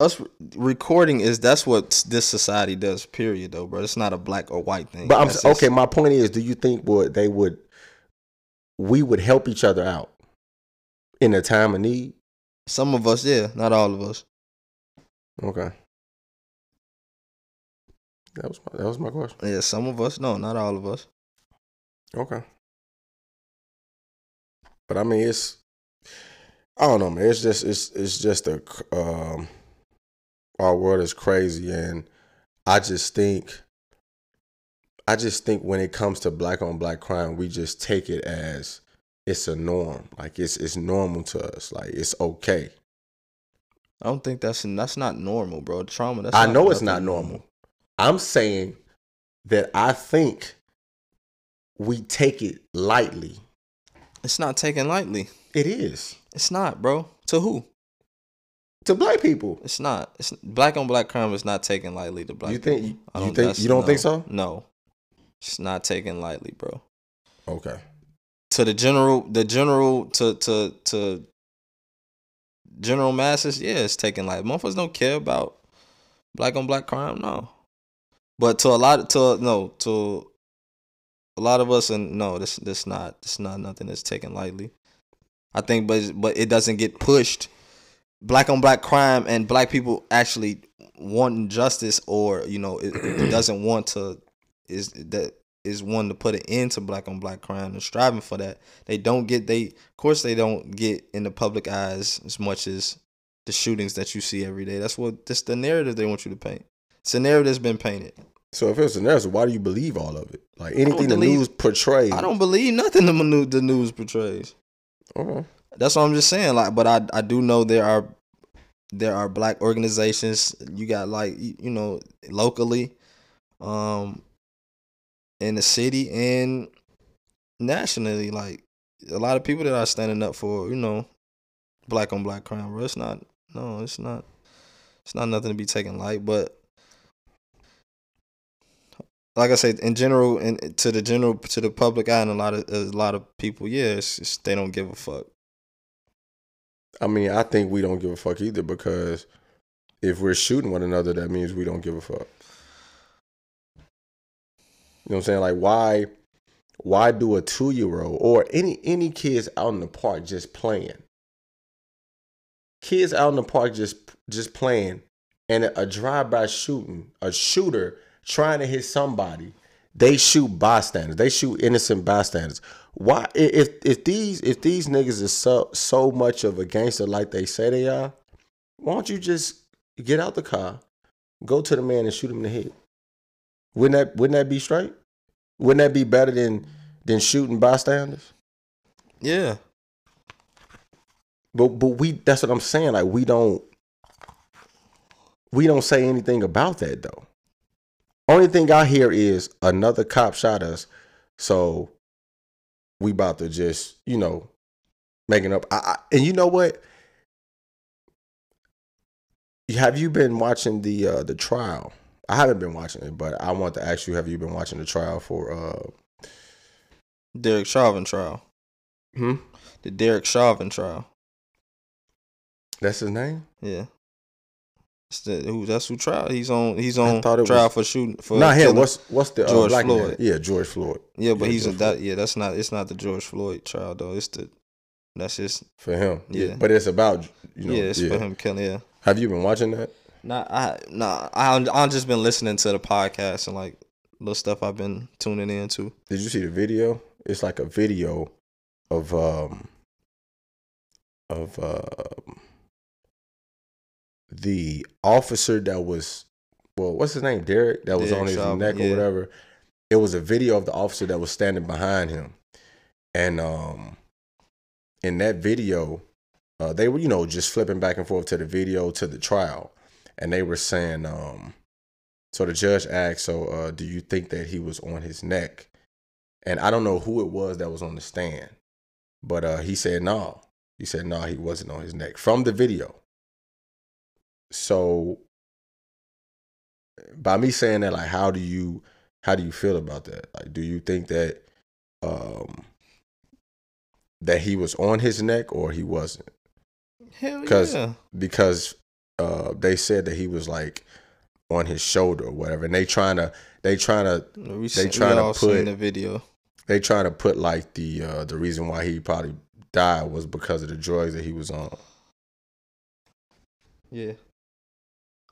Speaker 2: Us re- recording is that's what this society does. Period, though, bro. It's not a black or white thing.
Speaker 3: But I'm
Speaker 2: That's just-
Speaker 3: okay. My point is, do you think would they would we would help each other out in a time of need?
Speaker 2: Some of us, yeah, not all of us.
Speaker 3: Okay. That was my, that was my question.
Speaker 2: Yeah, some of us, no, not all of us.
Speaker 3: Okay. But I mean, it's I don't know, man. It's just it's it's just a cr- um, our world is crazy, and I just think I just think when it comes to black on black crime, we just take it as it's a norm, like it's it's normal to us, like it's okay.
Speaker 2: I don't think that's that's not normal, bro. Trauma. That's
Speaker 3: I know it's not
Speaker 2: nothing
Speaker 3: normal. I'm saying that I think we take it lightly.
Speaker 2: It's not taken lightly.
Speaker 3: It is
Speaker 2: It's not, bro. To who?
Speaker 3: to black people.
Speaker 2: It's not. It's black on black crime is not taken lightly to black.
Speaker 3: You think-
Speaker 2: people. I
Speaker 3: you think-
Speaker 2: that's-
Speaker 3: you don't think
Speaker 2: no.
Speaker 3: so?
Speaker 2: No, it's not taken lightly, bro.
Speaker 3: Okay.
Speaker 2: To the general, the general, to to to general masses, yeah, it's taken lightly. Motherfuckers don't care about black on black crime, no. But to a lot, to no, to a lot of us, and no, this this not this not nothing that's taken lightly. I think, but but it doesn't get pushed. Black on black crime and black people actually wanting justice, or you know, it, it doesn't want to is that is one to put an end to black on black crime and striving for that. They don't get they, of course, they don't get in the public eyes as much as the shootings that you see every day. That's what that's the narrative they want you to paint. It's a narrative that's been painted.
Speaker 3: So if it's an answer, why do you believe all of it? Like anything the
Speaker 2: believe-
Speaker 3: news portrays.
Speaker 2: I don't believe nothing the, manu- the news portrays.
Speaker 3: Okay.
Speaker 2: That's what I'm just saying. Like, but I I do know there are there are black organizations. You got like you you know locally, um, in the city and nationally, like a lot of people that are standing up for you know black on black crime. Bro, it's not no, it's not it's not nothing to be taken light, but. Like I said, in general, and to the general, to the public eye, and a lot of a lot of people, yeah, it's, it's, they don't give a fuck.
Speaker 3: I mean, I think we don't give a fuck either because if we're shooting one another, that means we don't give a fuck. You know what I'm saying? Like why why do a two year old or any any kids out in the park just playing? Kids out in the park just just playing and a drive by shooting, a shooter trying to hit somebody, they shoot bystanders. They shoot innocent bystanders. Why i- if if these if these niggas is so so much of a gangster like they say they are, why don't you just get out the car, go to the man and shoot him in the head? Wouldn't that wouldn't that be straight? Wouldn't that be better than than shooting bystanders?
Speaker 2: Yeah,
Speaker 3: But but we that's what I'm saying. Like we don't we don't say anything about that though. Only thing I hear is another cop shot us, so we about to just you know making up. I, I, and you know what? Have you been watching the uh, the trial? I haven't been watching it, but I want to ask you: Have you been watching the trial for? Uh,
Speaker 2: Derek Chauvin trial.
Speaker 3: hmm?
Speaker 2: The Derek Chauvin trial.
Speaker 3: That's his name.
Speaker 2: Yeah. It's the- who- that's who trial. He's on. He's
Speaker 3: I
Speaker 2: on
Speaker 3: thought it
Speaker 2: trial
Speaker 3: was-
Speaker 2: for shooting for.
Speaker 3: Not him.
Speaker 2: killing-
Speaker 3: What's what's the uh,
Speaker 2: George
Speaker 3: black man?
Speaker 2: Floyd.
Speaker 3: Yeah, George Floyd.
Speaker 2: yeah, but
Speaker 3: yeah,
Speaker 2: he's a,
Speaker 3: George
Speaker 2: that. Yeah, that's not. It's not the George Floyd trial though. It's the. That's just.
Speaker 3: for him.
Speaker 2: Yeah.
Speaker 3: But it's about you know.
Speaker 2: yeah, it's
Speaker 3: yeah.
Speaker 2: for him killing. Yeah.
Speaker 3: Have you been watching that?
Speaker 2: Nah, I nah. I I've just been listening to the podcast and like little stuff I've been tuning into.
Speaker 3: Did you see the video? It's like a video of um of um the officer that was well, what's his name? Derek that was
Speaker 2: Derek
Speaker 3: on his
Speaker 2: Chauvin,
Speaker 3: neck or
Speaker 2: yeah.
Speaker 3: whatever. It was a video of the officer that was standing behind him. And um in that video, uh they were, you know, just flipping back and forth to the video to the trial. And they were saying, um, So the judge asked, "So uh, do you think that he was on his neck?" And I don't know who it was that was on the stand, but uh, he said no. He said no, he wasn't on his neck from the video. So by me saying that, like, how do you how do you feel about that? Like, do you think that um that he was on his neck or he wasn't?
Speaker 2: Hell
Speaker 3: 'Cause-
Speaker 2: yeah.
Speaker 3: because uh, they said that he was like on his shoulder or whatever, and they trying to they trying to
Speaker 2: We, they
Speaker 3: tryna
Speaker 2: all seen
Speaker 3: put-
Speaker 2: the video.
Speaker 3: they trying to put like the uh, the reason why he probably died was because of the drugs that he was on.
Speaker 2: Yeah.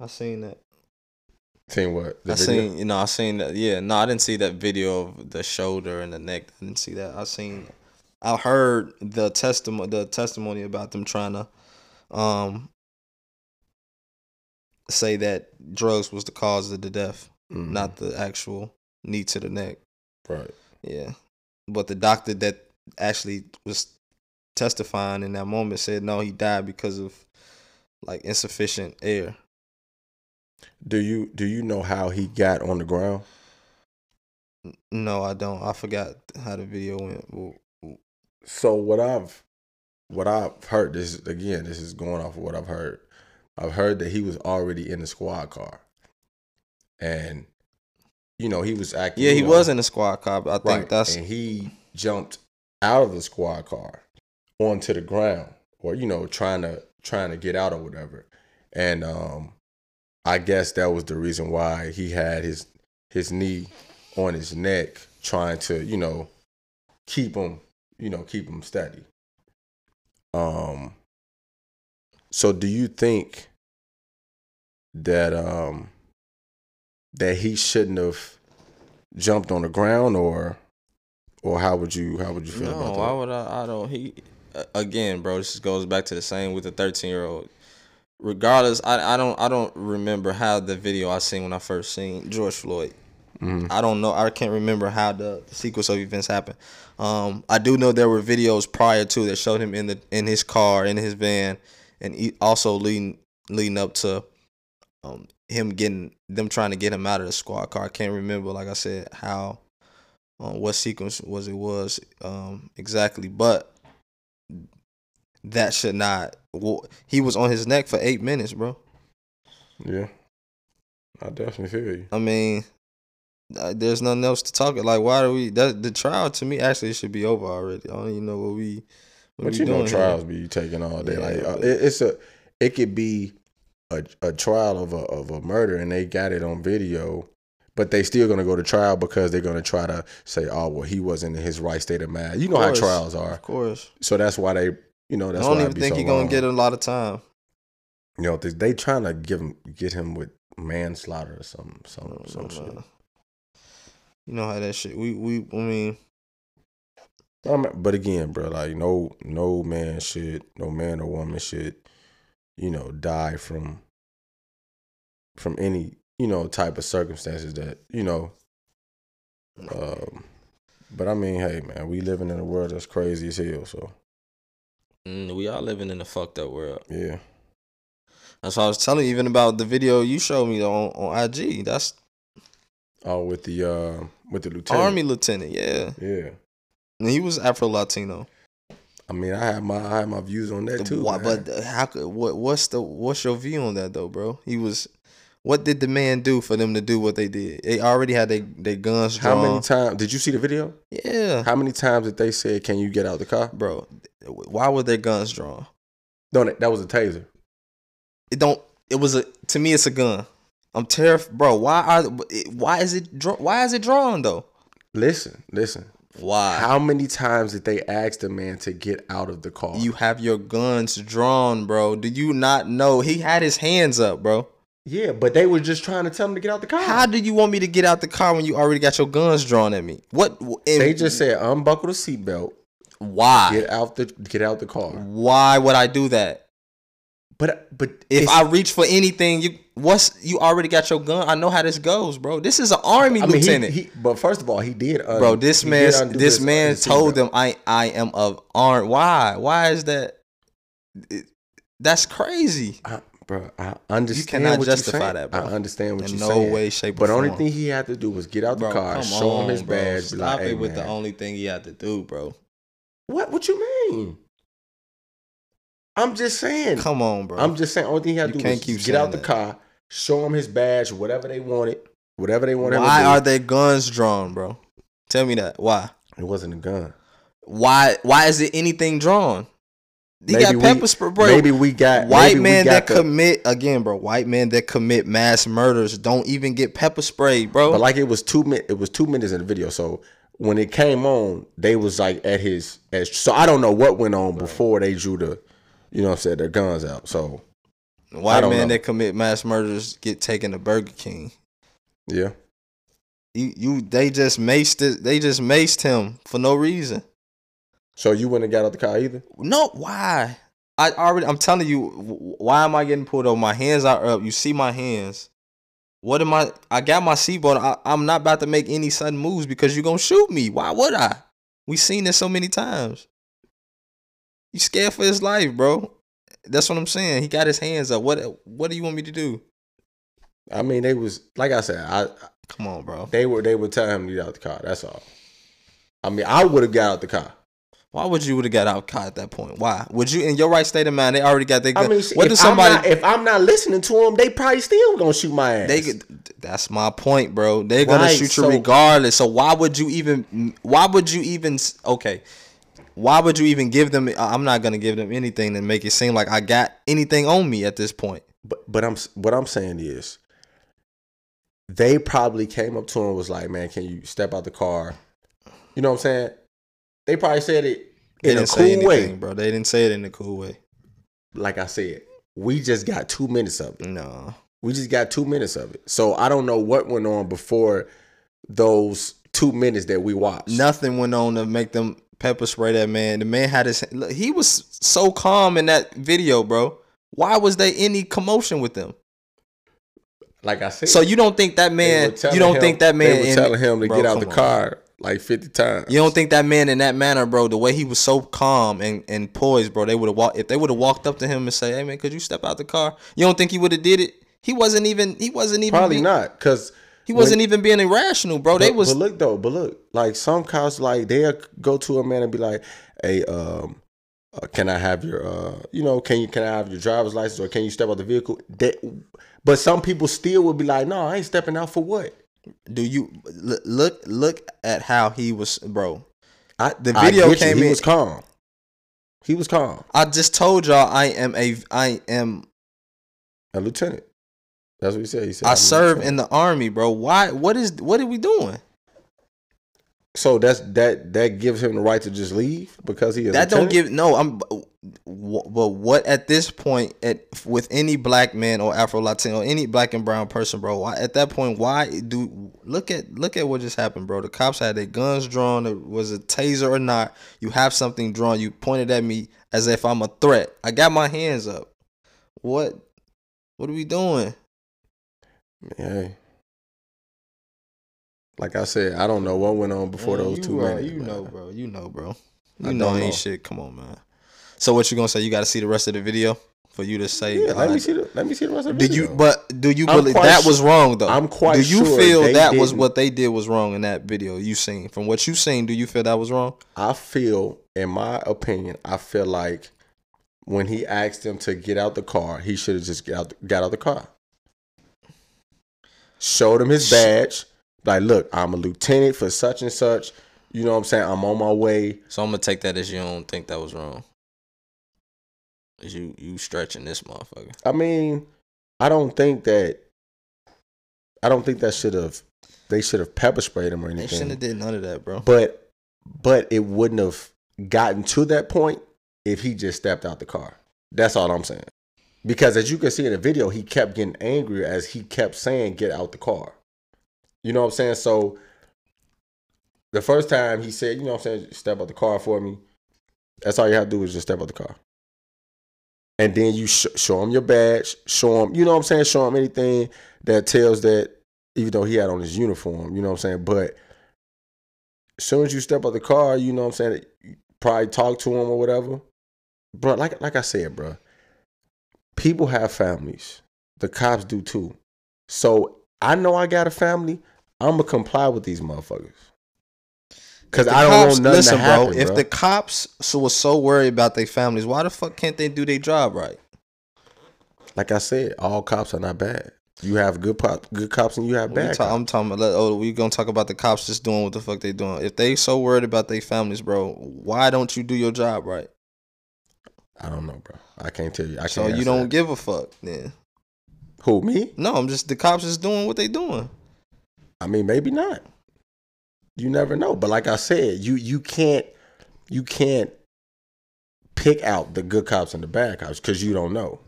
Speaker 2: I seen that.
Speaker 3: Seen what? The
Speaker 2: I
Speaker 3: video?
Speaker 2: seen, you know, I seen that. Yeah, no, I didn't see that video of the shoulder and the neck. I didn't see that. I seen, I heard the testimony, the testimony about them trying to, um, say that drugs was the cause of the death,
Speaker 3: Mm,
Speaker 2: not the actual knee to the neck.
Speaker 3: right.
Speaker 2: Yeah, but the doctor that actually was testifying in that moment said no, he died because of like insufficient air.
Speaker 3: Do you do you know how he got on the ground?
Speaker 2: No, I don't. I forgot how the video went. Well,
Speaker 3: So what I've what I've heard this again. This is going off of what I've heard. I've heard that he was already in the squad car, and you know he was acting.
Speaker 2: Yeah, he
Speaker 3: you know,
Speaker 2: was in the squad car, but I think
Speaker 3: Right.
Speaker 2: that's
Speaker 3: and he jumped out of the squad car onto the ground, or you know, trying to trying to get out or whatever. And um, I guess that was the reason why he had his his knee on his neck, trying to you know keep him you know keep him steady. Um. So do you think that um that he shouldn't have jumped on the ground or or how would you how would you feel
Speaker 2: no.
Speaker 3: about
Speaker 2: Why
Speaker 3: that?
Speaker 2: would I? I don't. He a- again, bro. This just goes back to the same with the thirteen year old. Regardless, I I don't I don't remember how the video I seen when I first seen George Floyd.
Speaker 3: Mhm.
Speaker 2: I don't know. I can't remember how the sequence of events happened. Um, I do know there were videos prior to that showed him in the in his car, in his van, and e- also leading leading up to um, him getting them trying to get him out of the squad car. I can't remember, like I said, how uh, what sequence was it was um, exactly, but that should not. Well, he was on his neck for eight minutes, bro.
Speaker 3: Yeah. I definitely feel you.
Speaker 2: I mean, uh, there's nothing else to talk. Like, why do we? That, the trial to me actually should be over already. I don't even know what we. What
Speaker 3: But
Speaker 2: we
Speaker 3: you know,
Speaker 2: doing here.
Speaker 3: trials be taking all day.
Speaker 2: Yeah,
Speaker 3: like uh,
Speaker 2: but-
Speaker 3: it, it's a, it could be a, a trial of a of a murder, and they got it on video, but they still gonna go to trial because they're gonna try to say, oh well, he wasn't in his right state of mind. You know how
Speaker 2: course.
Speaker 3: trials are,
Speaker 2: Of course,
Speaker 3: so that's why they, you know, that's
Speaker 2: I don't
Speaker 3: why
Speaker 2: even think he's gonna get
Speaker 3: him.
Speaker 2: a lot of time.
Speaker 3: You know, they, they trying to give him get him with manslaughter or something, some
Speaker 2: Mm,
Speaker 3: some shit.
Speaker 2: You know how that shit. We we. I mean,
Speaker 3: I mean, but again, bro, like no no man should, no man or woman should, you know, die from from any, you know, type of circumstances that, you know, um but I mean, hey man, we living in a world that's crazy as hell, so
Speaker 2: mm, we all living in a fucked up world.
Speaker 3: yeah.
Speaker 2: That's why I was telling you even about the video you showed me on on IG. That's
Speaker 3: Oh, with the uh with the lieutenant.
Speaker 2: Army Lieutenant. Yeah,
Speaker 3: Yeah.
Speaker 2: and he was Afro Latino.
Speaker 3: I mean, I have my I have my views on that too.
Speaker 2: Why,
Speaker 3: man.
Speaker 2: but how could what? What's the what's your view on that though, bro? He was. What did the man do for them to do what they did? They already had they their guns
Speaker 3: how
Speaker 2: drawn.
Speaker 3: many times did you see the video?
Speaker 2: Yeah,
Speaker 3: How many times did they say, "Can you get out the car?"
Speaker 2: bro. Why were their guns drawn?
Speaker 3: No, that, that was a taser.
Speaker 2: It don't. It was a. To me, it's a gun. I'm terrified, bro. Why are? Why is it? Draw, why is it drawn though?
Speaker 3: Listen, listen.
Speaker 2: Why?
Speaker 3: How many times did they ask the man to get out of the car?
Speaker 2: you have your guns drawn, bro? Do you not know he had his hands up, bro?
Speaker 3: yeah, but they were just trying to tell him to get out the car.
Speaker 2: How do you want me to get out the car when you already got your guns drawn at me? What? and
Speaker 3: they just said unbuckle the seatbelt,
Speaker 2: why?
Speaker 3: get out the get out the car.
Speaker 2: Why would I do that?
Speaker 3: But but
Speaker 2: If
Speaker 3: it's-
Speaker 2: I reach for anything, you what's you already got your gun. I know how this goes, bro. This is an army
Speaker 3: I mean, he-
Speaker 2: lieutenant,
Speaker 3: he- but first of all, he did. un-
Speaker 2: bro. This
Speaker 3: he
Speaker 2: man,
Speaker 3: did undo
Speaker 2: this
Speaker 3: his-
Speaker 2: man
Speaker 3: his
Speaker 2: told
Speaker 3: seatbelt.
Speaker 2: them, I I am of arm. Why? Why is that? it- that's crazy.
Speaker 3: I, bro, I understand.
Speaker 2: cannot
Speaker 3: what you're
Speaker 2: justify
Speaker 3: saying.
Speaker 2: that, bro.
Speaker 3: I understand what
Speaker 2: In
Speaker 3: you're
Speaker 2: no
Speaker 3: saying.
Speaker 2: way, shape, or
Speaker 3: But only
Speaker 2: form.
Speaker 3: thing he had to do was get out the car, show him his
Speaker 2: bro.
Speaker 3: badge. be
Speaker 2: Stop
Speaker 3: like,
Speaker 2: it
Speaker 3: "Hey,
Speaker 2: with
Speaker 3: man."
Speaker 2: the only thing he had to do, bro.
Speaker 3: What? What you mean? I'm just saying.
Speaker 2: Come on, bro.
Speaker 3: I'm just saying. Only thing he had to
Speaker 2: You
Speaker 3: do
Speaker 2: can't
Speaker 3: was
Speaker 2: keep
Speaker 3: get
Speaker 2: saying
Speaker 3: out the
Speaker 2: that.
Speaker 3: car, show him his badge, whatever they wanted, whatever they wanted.
Speaker 2: Why
Speaker 3: him to
Speaker 2: are
Speaker 3: do.
Speaker 2: their guns drawn, bro? Tell me that. Why?
Speaker 3: It wasn't a gun.
Speaker 2: Why? Why is it anything drawn? He
Speaker 3: Maybe
Speaker 2: got
Speaker 3: we-
Speaker 2: pepper spray, bro.
Speaker 3: Maybe we got
Speaker 2: white
Speaker 3: maybe we
Speaker 2: men
Speaker 3: got
Speaker 2: that
Speaker 3: the-
Speaker 2: commit again, bro. White men that commit mass murders don't even get pepper sprayed, bro.
Speaker 3: But like it was two min. It was two minutes in the video. So when it came on, they was like at his. At, so I don't know what went on before they drew the. You know what I'm saying? Their guns out. So I
Speaker 2: white
Speaker 3: don't
Speaker 2: men
Speaker 3: know.
Speaker 2: that commit mass murders get taken to Burger King.
Speaker 3: yeah.
Speaker 2: You, you, they just maced it. They just maced him for no reason.
Speaker 3: So you wouldn't have got out the car either.
Speaker 2: No, why? I already. I'm telling you, wh- why am I getting pulled over? My hands are up. You see my hands. What am I? I got my seatbelt. I, I'm not about to make any sudden moves because you're gonna shoot me. Why would I? We seen this so many times. You scared for his life, bro. That's what I'm saying. He got his hands up. What What do you want me to do?
Speaker 3: I mean, they was like I said. I
Speaker 2: Come on, bro.
Speaker 3: They were they were telling him to get out the car. That's all. I mean, I would have got out the car.
Speaker 2: Why would you would have got out caught at that point? Why would you? In your right state of mind, they already got their
Speaker 3: I
Speaker 2: gun.
Speaker 3: mean,
Speaker 2: what
Speaker 3: if,
Speaker 2: does somebody?
Speaker 3: I'm not, if I'm not listening to him, they probably still gonna shoot my ass.
Speaker 2: They could- that's my point, bro. They're gonna
Speaker 3: Right,
Speaker 2: shoot you
Speaker 3: so-
Speaker 2: regardless. So why would you even? Why would you even? s- Okay, why would you even give them? I- I'm not gonna give them anything to make it seem like I got anything on me at this point.
Speaker 3: but but I'm what I'm saying is, they probably came up to him and was like, "Man, can you step out the car?" You know what I'm saying? They probably said it
Speaker 2: They
Speaker 3: in a
Speaker 2: didn't say
Speaker 3: cool way.
Speaker 2: anything, bro. They didn't say it in a cool way.
Speaker 3: Like I said, we just got two minutes of it.
Speaker 2: No,
Speaker 3: We just got two minutes of it. So I don't know what went on before those two minutes that we watched.
Speaker 2: nothing went on to make them pepper spray that man. The man had his. Look, he was so calm in that video, bro. Why was there any commotion with them?
Speaker 3: Like I said,
Speaker 2: So you don't think that
Speaker 3: they were
Speaker 2: man? You
Speaker 3: telling
Speaker 2: don't
Speaker 3: him-
Speaker 2: think that man?
Speaker 3: They were
Speaker 2: in-
Speaker 3: telling him to
Speaker 2: Bro,
Speaker 3: get out the
Speaker 2: come on.
Speaker 3: car like fifty times.
Speaker 2: You don't think that man in that manner, bro? The way he was so calm and, and poised, bro. They would have walked if they would have walked up to him and say, "Hey, man, could you step out the car?" You don't think he would have did it? He wasn't even. He wasn't even.
Speaker 4: Probably
Speaker 2: be-
Speaker 4: not, cause
Speaker 2: He wasn't even being irrational, bro. they
Speaker 4: but,
Speaker 2: was
Speaker 4: but look though, but look, like some cops, like they'll go to a man and be like, "Hey, um, uh, can I have your, uh, you know, can you can I have your driver's license or can you step out the vehicle?" That, but some people still would be like, "No, I ain't stepping out for what."
Speaker 2: Do you l- look look at how he was, bro?
Speaker 4: I
Speaker 2: The
Speaker 4: I
Speaker 2: video
Speaker 4: get you.
Speaker 2: came
Speaker 4: He
Speaker 2: in-
Speaker 4: was calm. He was calm.
Speaker 2: I just told y'all I am a I am
Speaker 4: A lieutenant.
Speaker 3: That's what he said. He said
Speaker 2: I
Speaker 3: I'm
Speaker 2: serve
Speaker 3: lieutenant.
Speaker 2: in the army, bro. Why? What is what are we doing?
Speaker 4: So that's that. That gives him the right to just leave because he is.
Speaker 2: That don't
Speaker 4: lieutenant?
Speaker 2: give no. I'm wh- but what at this point at with any black man or Afro Latino, any black and brown person, bro. Why at that point? Why do look at look at what just happened, bro? The cops had their guns drawn. It was a taser or not. You have something drawn. You pointed at me as if I'm a threat. I got my hands up. What? What are we doing?
Speaker 3: Yeah. Like I said, I don't know what went on before
Speaker 2: Man,
Speaker 3: those
Speaker 2: you
Speaker 3: two
Speaker 2: are-
Speaker 3: minutes.
Speaker 2: You
Speaker 3: man.
Speaker 2: know, bro. You know, bro.
Speaker 3: I
Speaker 2: You know
Speaker 3: don't
Speaker 2: ain't
Speaker 3: know.
Speaker 2: shit. Come on, man. So what you gonna say? You got to see the rest of the video for you to say.
Speaker 3: Yeah, let
Speaker 2: I-
Speaker 3: me see the let me see the rest of the
Speaker 2: do you?
Speaker 3: video.
Speaker 2: But do you
Speaker 4: I'm
Speaker 2: believe
Speaker 4: quite
Speaker 2: that
Speaker 4: su-
Speaker 2: was wrong though?
Speaker 4: I'm quite
Speaker 2: Do you
Speaker 4: sure
Speaker 2: feel
Speaker 4: they
Speaker 2: that was
Speaker 4: didn't-
Speaker 2: what they did was wrong in that video you seen? From what you seen, do you feel that was wrong?
Speaker 3: I feel, in my opinion, I feel like when he asked him to get out the car, he should have just got out, got out the car. Showed him his badge. Like, look, I'm a lieutenant for such and such. You know what I'm saying? I'm on my way.
Speaker 2: So I'm gonna take that as you don't think that was wrong. Is you you stretching this motherfucker?
Speaker 3: I mean, I don't think that. I don't think that should have. They should have pepper sprayed him or
Speaker 2: They shouldn't have
Speaker 3: anything.
Speaker 2: did none of that, bro.
Speaker 3: But, but it wouldn't have gotten to that point if he just stepped out the car. That's all I'm saying. Because as you can see in the video, he kept getting angrier as he kept saying, "Get out the car." You know what I'm saying? So, the first time he said, "You know what I'm saying? Step out the car for me." That's all you have to do is just step out the car. And then you sh- show him your badge, show him, you know what I'm saying, show him anything that tells that, even though he had on his uniform, you know what I'm saying. But as soon as you step out the car, you know what I'm saying, you probably talk to him or whatever. Bro, like like I said, bro, people have families. The cops do too. So I know I got a family. I'm gonna comply with these motherfuckers. Cause
Speaker 2: The
Speaker 3: I don't
Speaker 2: cops-
Speaker 3: want nothing
Speaker 2: listen,
Speaker 3: to happen,
Speaker 2: bro. If
Speaker 3: bro.
Speaker 2: the cops so was so worried about their families, why the fuck can't they do their job right?
Speaker 3: like I said, all cops are not bad. You have good pop, good cops, and you have
Speaker 2: We
Speaker 3: bad.
Speaker 2: ta-
Speaker 3: cops.
Speaker 2: I'm talking about. let- Oh, we gonna talk about the cops just doing what the fuck they doing. If they so worried about their families, bro, why don't you do your job right?
Speaker 3: I don't know, bro. I can't tell you. I can't.
Speaker 2: So you
Speaker 3: answer
Speaker 2: don't
Speaker 3: that.
Speaker 2: give a fuck. Then
Speaker 3: who me?
Speaker 2: no, I'm just the cops is doing what they doing.
Speaker 3: I mean, maybe not. You never know. But like I said, you you can't you can't pick out the good cops and the bad cops because you don't know.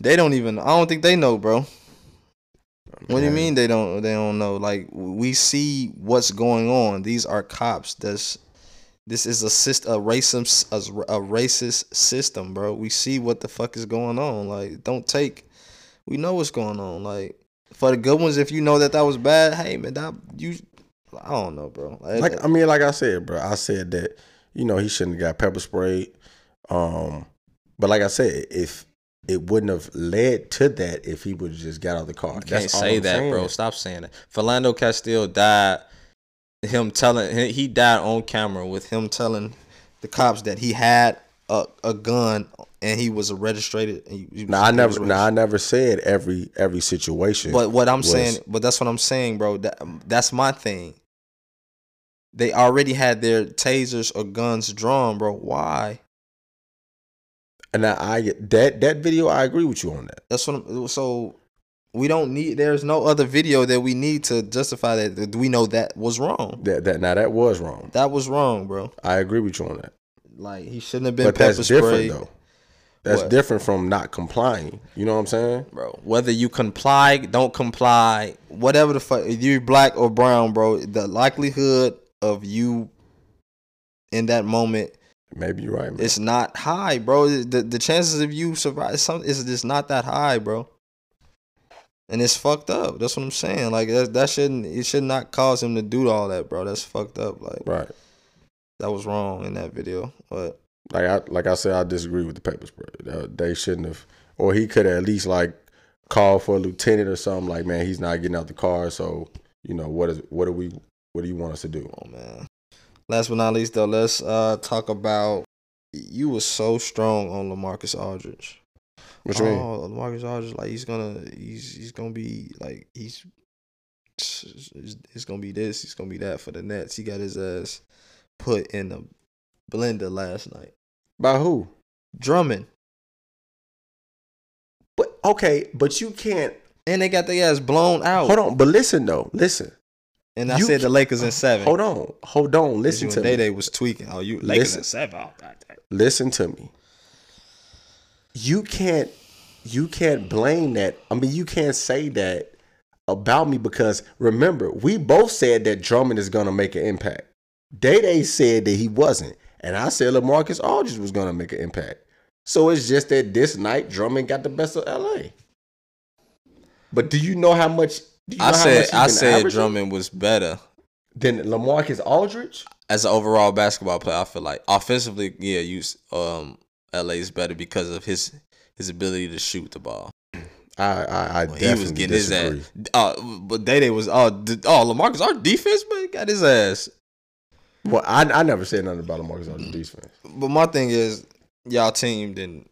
Speaker 2: They don't even. I don't think they know, bro. What do you
Speaker 3: Man.
Speaker 2: mean they don't? They don't know. Like we see what's going on. These are cops. That's this is a syst a racist a, a racist system, bro. We see what the fuck is going on. Like don't take. We know what's going on. Like for the good ones, if you know that that was bad, hey man, that you. I don't know, bro. Like,
Speaker 3: Like I mean, like I said, bro. I said that you know he shouldn't have got pepper sprayed. Um, but like I said, if it wouldn't have led to that if he would have just got out of the car.
Speaker 2: You
Speaker 3: That's
Speaker 2: can't
Speaker 3: all
Speaker 2: say
Speaker 3: I'm
Speaker 2: that, bro.
Speaker 3: saying.
Speaker 2: Stop saying that. Philando Castile died. Him telling he- he died on camera with him telling the cops that he had a, a gun and he was a registered. He, he
Speaker 3: No,
Speaker 2: was-
Speaker 3: I
Speaker 2: he was
Speaker 3: never. No,
Speaker 2: registered.
Speaker 3: I never said every every situation.
Speaker 2: But what I'm
Speaker 3: was-
Speaker 2: saying, but that's what I'm saying, bro. That that's my thing. They already had their tasers or guns drawn, bro. Why?
Speaker 3: and I, I that that video, I agree with you on that.
Speaker 2: That's what. I'm, so we don't need. There's no other video that we need to justify that, that we know that was wrong.
Speaker 3: That that now that was wrong.
Speaker 2: That was wrong, bro.
Speaker 3: I agree with you on that.
Speaker 2: Like he shouldn't have been
Speaker 3: But
Speaker 2: pepper
Speaker 3: that's different
Speaker 2: sprayed,
Speaker 3: though. That's
Speaker 2: What?
Speaker 3: different from not complying. You know what I'm saying?
Speaker 2: bro. Whether you comply, don't comply, whatever the fuck, if you're black or brown, bro, the likelihood of you in that moment
Speaker 3: Maybe you're right. Man.
Speaker 2: it's not high, bro. The the chances of you survive some is just not that high, bro. and it's fucked up. That's what I'm saying. Like that that shouldn't it should not cause him to do all that, bro. That's fucked up. Like
Speaker 3: Right.
Speaker 2: that was wrong in that video. But
Speaker 3: Like I like I said, I disagree with the papers, bro. Uh, They shouldn't have, or he could have at least like called for a lieutenant or something. Like, man, he's not getting out the car, so you know what is what do we what do you want us to do?
Speaker 2: oh man. Last but not least though, let's uh talk about you were so strong on Lamarcus Aldridge.
Speaker 3: What you mean?
Speaker 2: Oh, Lamarcus Aldridge, like he's gonna he's he's gonna be like he's it's, it's gonna be this, it's gonna be that for the Nets. He got his ass put in the blender last night.
Speaker 3: By who?
Speaker 2: Drummond.
Speaker 3: But okay, but you can't.
Speaker 2: And they got their ass blown out.
Speaker 3: Hold on, but listen though, listen.
Speaker 2: And I
Speaker 3: You
Speaker 2: said the
Speaker 3: ca-
Speaker 2: Lakers in seven.
Speaker 3: Hold on, hold on. Listen to
Speaker 2: Day
Speaker 3: me.
Speaker 2: Day was tweaking. Oh, you Lakers
Speaker 3: Listen.
Speaker 2: in seven. Oh, God, damn.
Speaker 3: Listen to me. You can't, you can't blame that. I mean, you can't say that about me because remember, we both said that Drummond is gonna make an impact. Day Day said that he wasn't, and I said LaMarcus Aldridge was gonna make an impact. So it's just that this night Drummond got the best of LA. But do you know how much? Do you
Speaker 2: I
Speaker 3: know how
Speaker 2: said
Speaker 3: much he's
Speaker 2: I
Speaker 3: been
Speaker 2: said
Speaker 3: averaging?
Speaker 2: Drummond was better
Speaker 3: than LaMarcus Aldridge.
Speaker 2: as an overall basketball player. I feel like offensively, yeah, you s- um LA is better because of his his ability to shoot the ball.
Speaker 3: I I, I
Speaker 2: When he
Speaker 3: definitely
Speaker 2: was getting
Speaker 3: disagree.
Speaker 2: his ass. Uh, but Day Day was oh d- oh Lamarcus our defense, but got his ass.
Speaker 3: Well, I I never said nothing about LaMarcus Aldridge defense.
Speaker 2: But my thing is, y'all team didn't.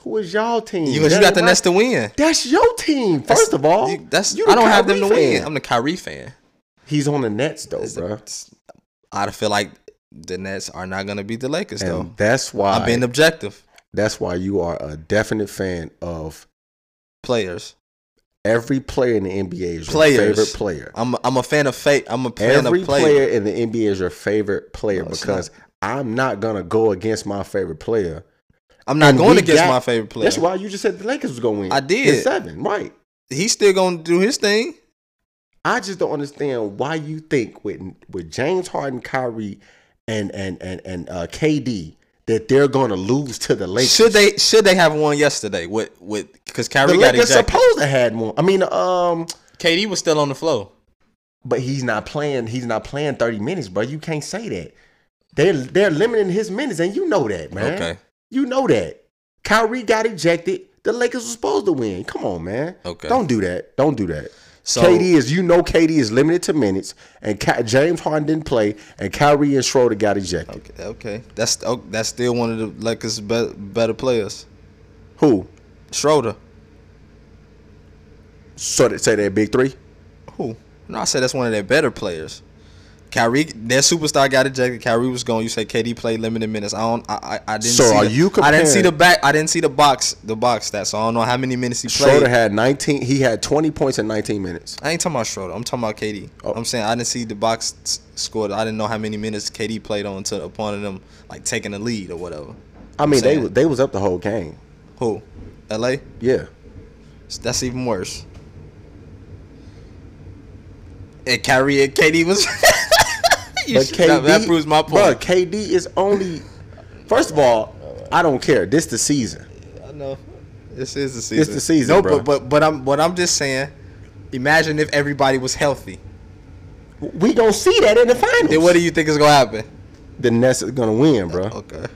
Speaker 3: Who is y'all team?
Speaker 2: You, you got the
Speaker 3: Jeremy
Speaker 2: Nets to win.
Speaker 3: That's your team. First of all,
Speaker 2: You- that's
Speaker 3: you the
Speaker 2: I don't have them to
Speaker 3: Kyrie
Speaker 2: win.
Speaker 3: fan.
Speaker 2: I'm the Kyrie fan.
Speaker 3: He's on the Nets though,
Speaker 2: It's-
Speaker 3: bro.
Speaker 2: it's- I feel like the Nets are not gonna beat the Lakers though.
Speaker 3: And that's why
Speaker 2: I'm being objective.
Speaker 3: that's why you are a definite fan of
Speaker 2: Players,
Speaker 3: every player in the NBA is your
Speaker 2: Players.
Speaker 3: favorite player.
Speaker 2: I'm I'm a fan of fate. I'm a fan
Speaker 3: Every
Speaker 2: of
Speaker 3: player
Speaker 2: players.
Speaker 3: in the NBA is your favorite player
Speaker 2: No, it's
Speaker 3: because I'm not gonna go against my favorite player.
Speaker 2: I'm not
Speaker 3: And
Speaker 2: going
Speaker 3: we
Speaker 2: against
Speaker 3: got-
Speaker 2: my favorite player.
Speaker 3: That's why you just said the Lakers was gonna win.
Speaker 2: I did.
Speaker 3: in seven, right?
Speaker 2: He's still gonna do his thing.
Speaker 3: I just don't understand why you think with with James Harden, Kyrie, and and and and uh, KD that they're going to lose to the Lakers.
Speaker 2: Should they should they have won yesterday? With with because
Speaker 3: The
Speaker 2: Kyrie got
Speaker 3: Lakers
Speaker 2: ejected.
Speaker 3: supposed to had one. I mean, um,
Speaker 2: KD was still on the floor.
Speaker 3: but he's not playing. He's not playing thirty minutes, bro. You can't say that. They're they're limiting his minutes, and you know that, man.
Speaker 2: Okay,
Speaker 3: You know that. Kyrie got ejected. The Lakers were supposed to win. Come on, man.
Speaker 2: Okay.
Speaker 3: Don't do that. Don't do that.
Speaker 2: so
Speaker 3: KD is you know KD is limited to minutes, and Ky- James Harden didn't play, and Kyrie and Schroeder got ejected.
Speaker 2: okay, okay. that's oh, that's still one of the Lakers' be- better players.
Speaker 3: Who?
Speaker 2: Schroeder,
Speaker 3: So they say that big three.
Speaker 2: who? No, I said that's one of their better players. Kyrie, their superstar got ejected. Kyrie was gone. You say KD played limited minutes. I don't. I I, I didn't.
Speaker 3: So
Speaker 2: see
Speaker 3: are
Speaker 2: the,
Speaker 3: you
Speaker 2: I didn't see
Speaker 3: comparing-
Speaker 2: the back. I didn't see the box. The box stats. So I don't know how many minutes he played.
Speaker 3: Schroeder had 19. He had 20 points in 19 minutes.
Speaker 2: I ain't talking about Schroeder. I'm talking about KD.
Speaker 3: Oh.
Speaker 2: I'm saying I didn't see the box s- scored. I didn't know how many minutes KD played on to the opponent them like taking the lead or whatever.
Speaker 3: I mean, they
Speaker 2: saying.
Speaker 3: was- they was up the whole game.
Speaker 2: Who? LA?
Speaker 3: Yeah.
Speaker 2: That's even worse. And Kyrie and KD was. You
Speaker 3: But
Speaker 2: should- that, that
Speaker 3: KD
Speaker 2: proves my point.
Speaker 3: Bruh, KD is only. First of all, I don't care. This the season.
Speaker 2: I know. This is the season.
Speaker 3: the season,
Speaker 2: No,
Speaker 3: bro.
Speaker 2: but but but I'm what I'm just saying. Imagine if everybody was healthy.
Speaker 3: We gonna see that in the finals.
Speaker 2: Then what do you think is gonna happen?
Speaker 3: the Nets is gonna win, bro.
Speaker 2: Okay.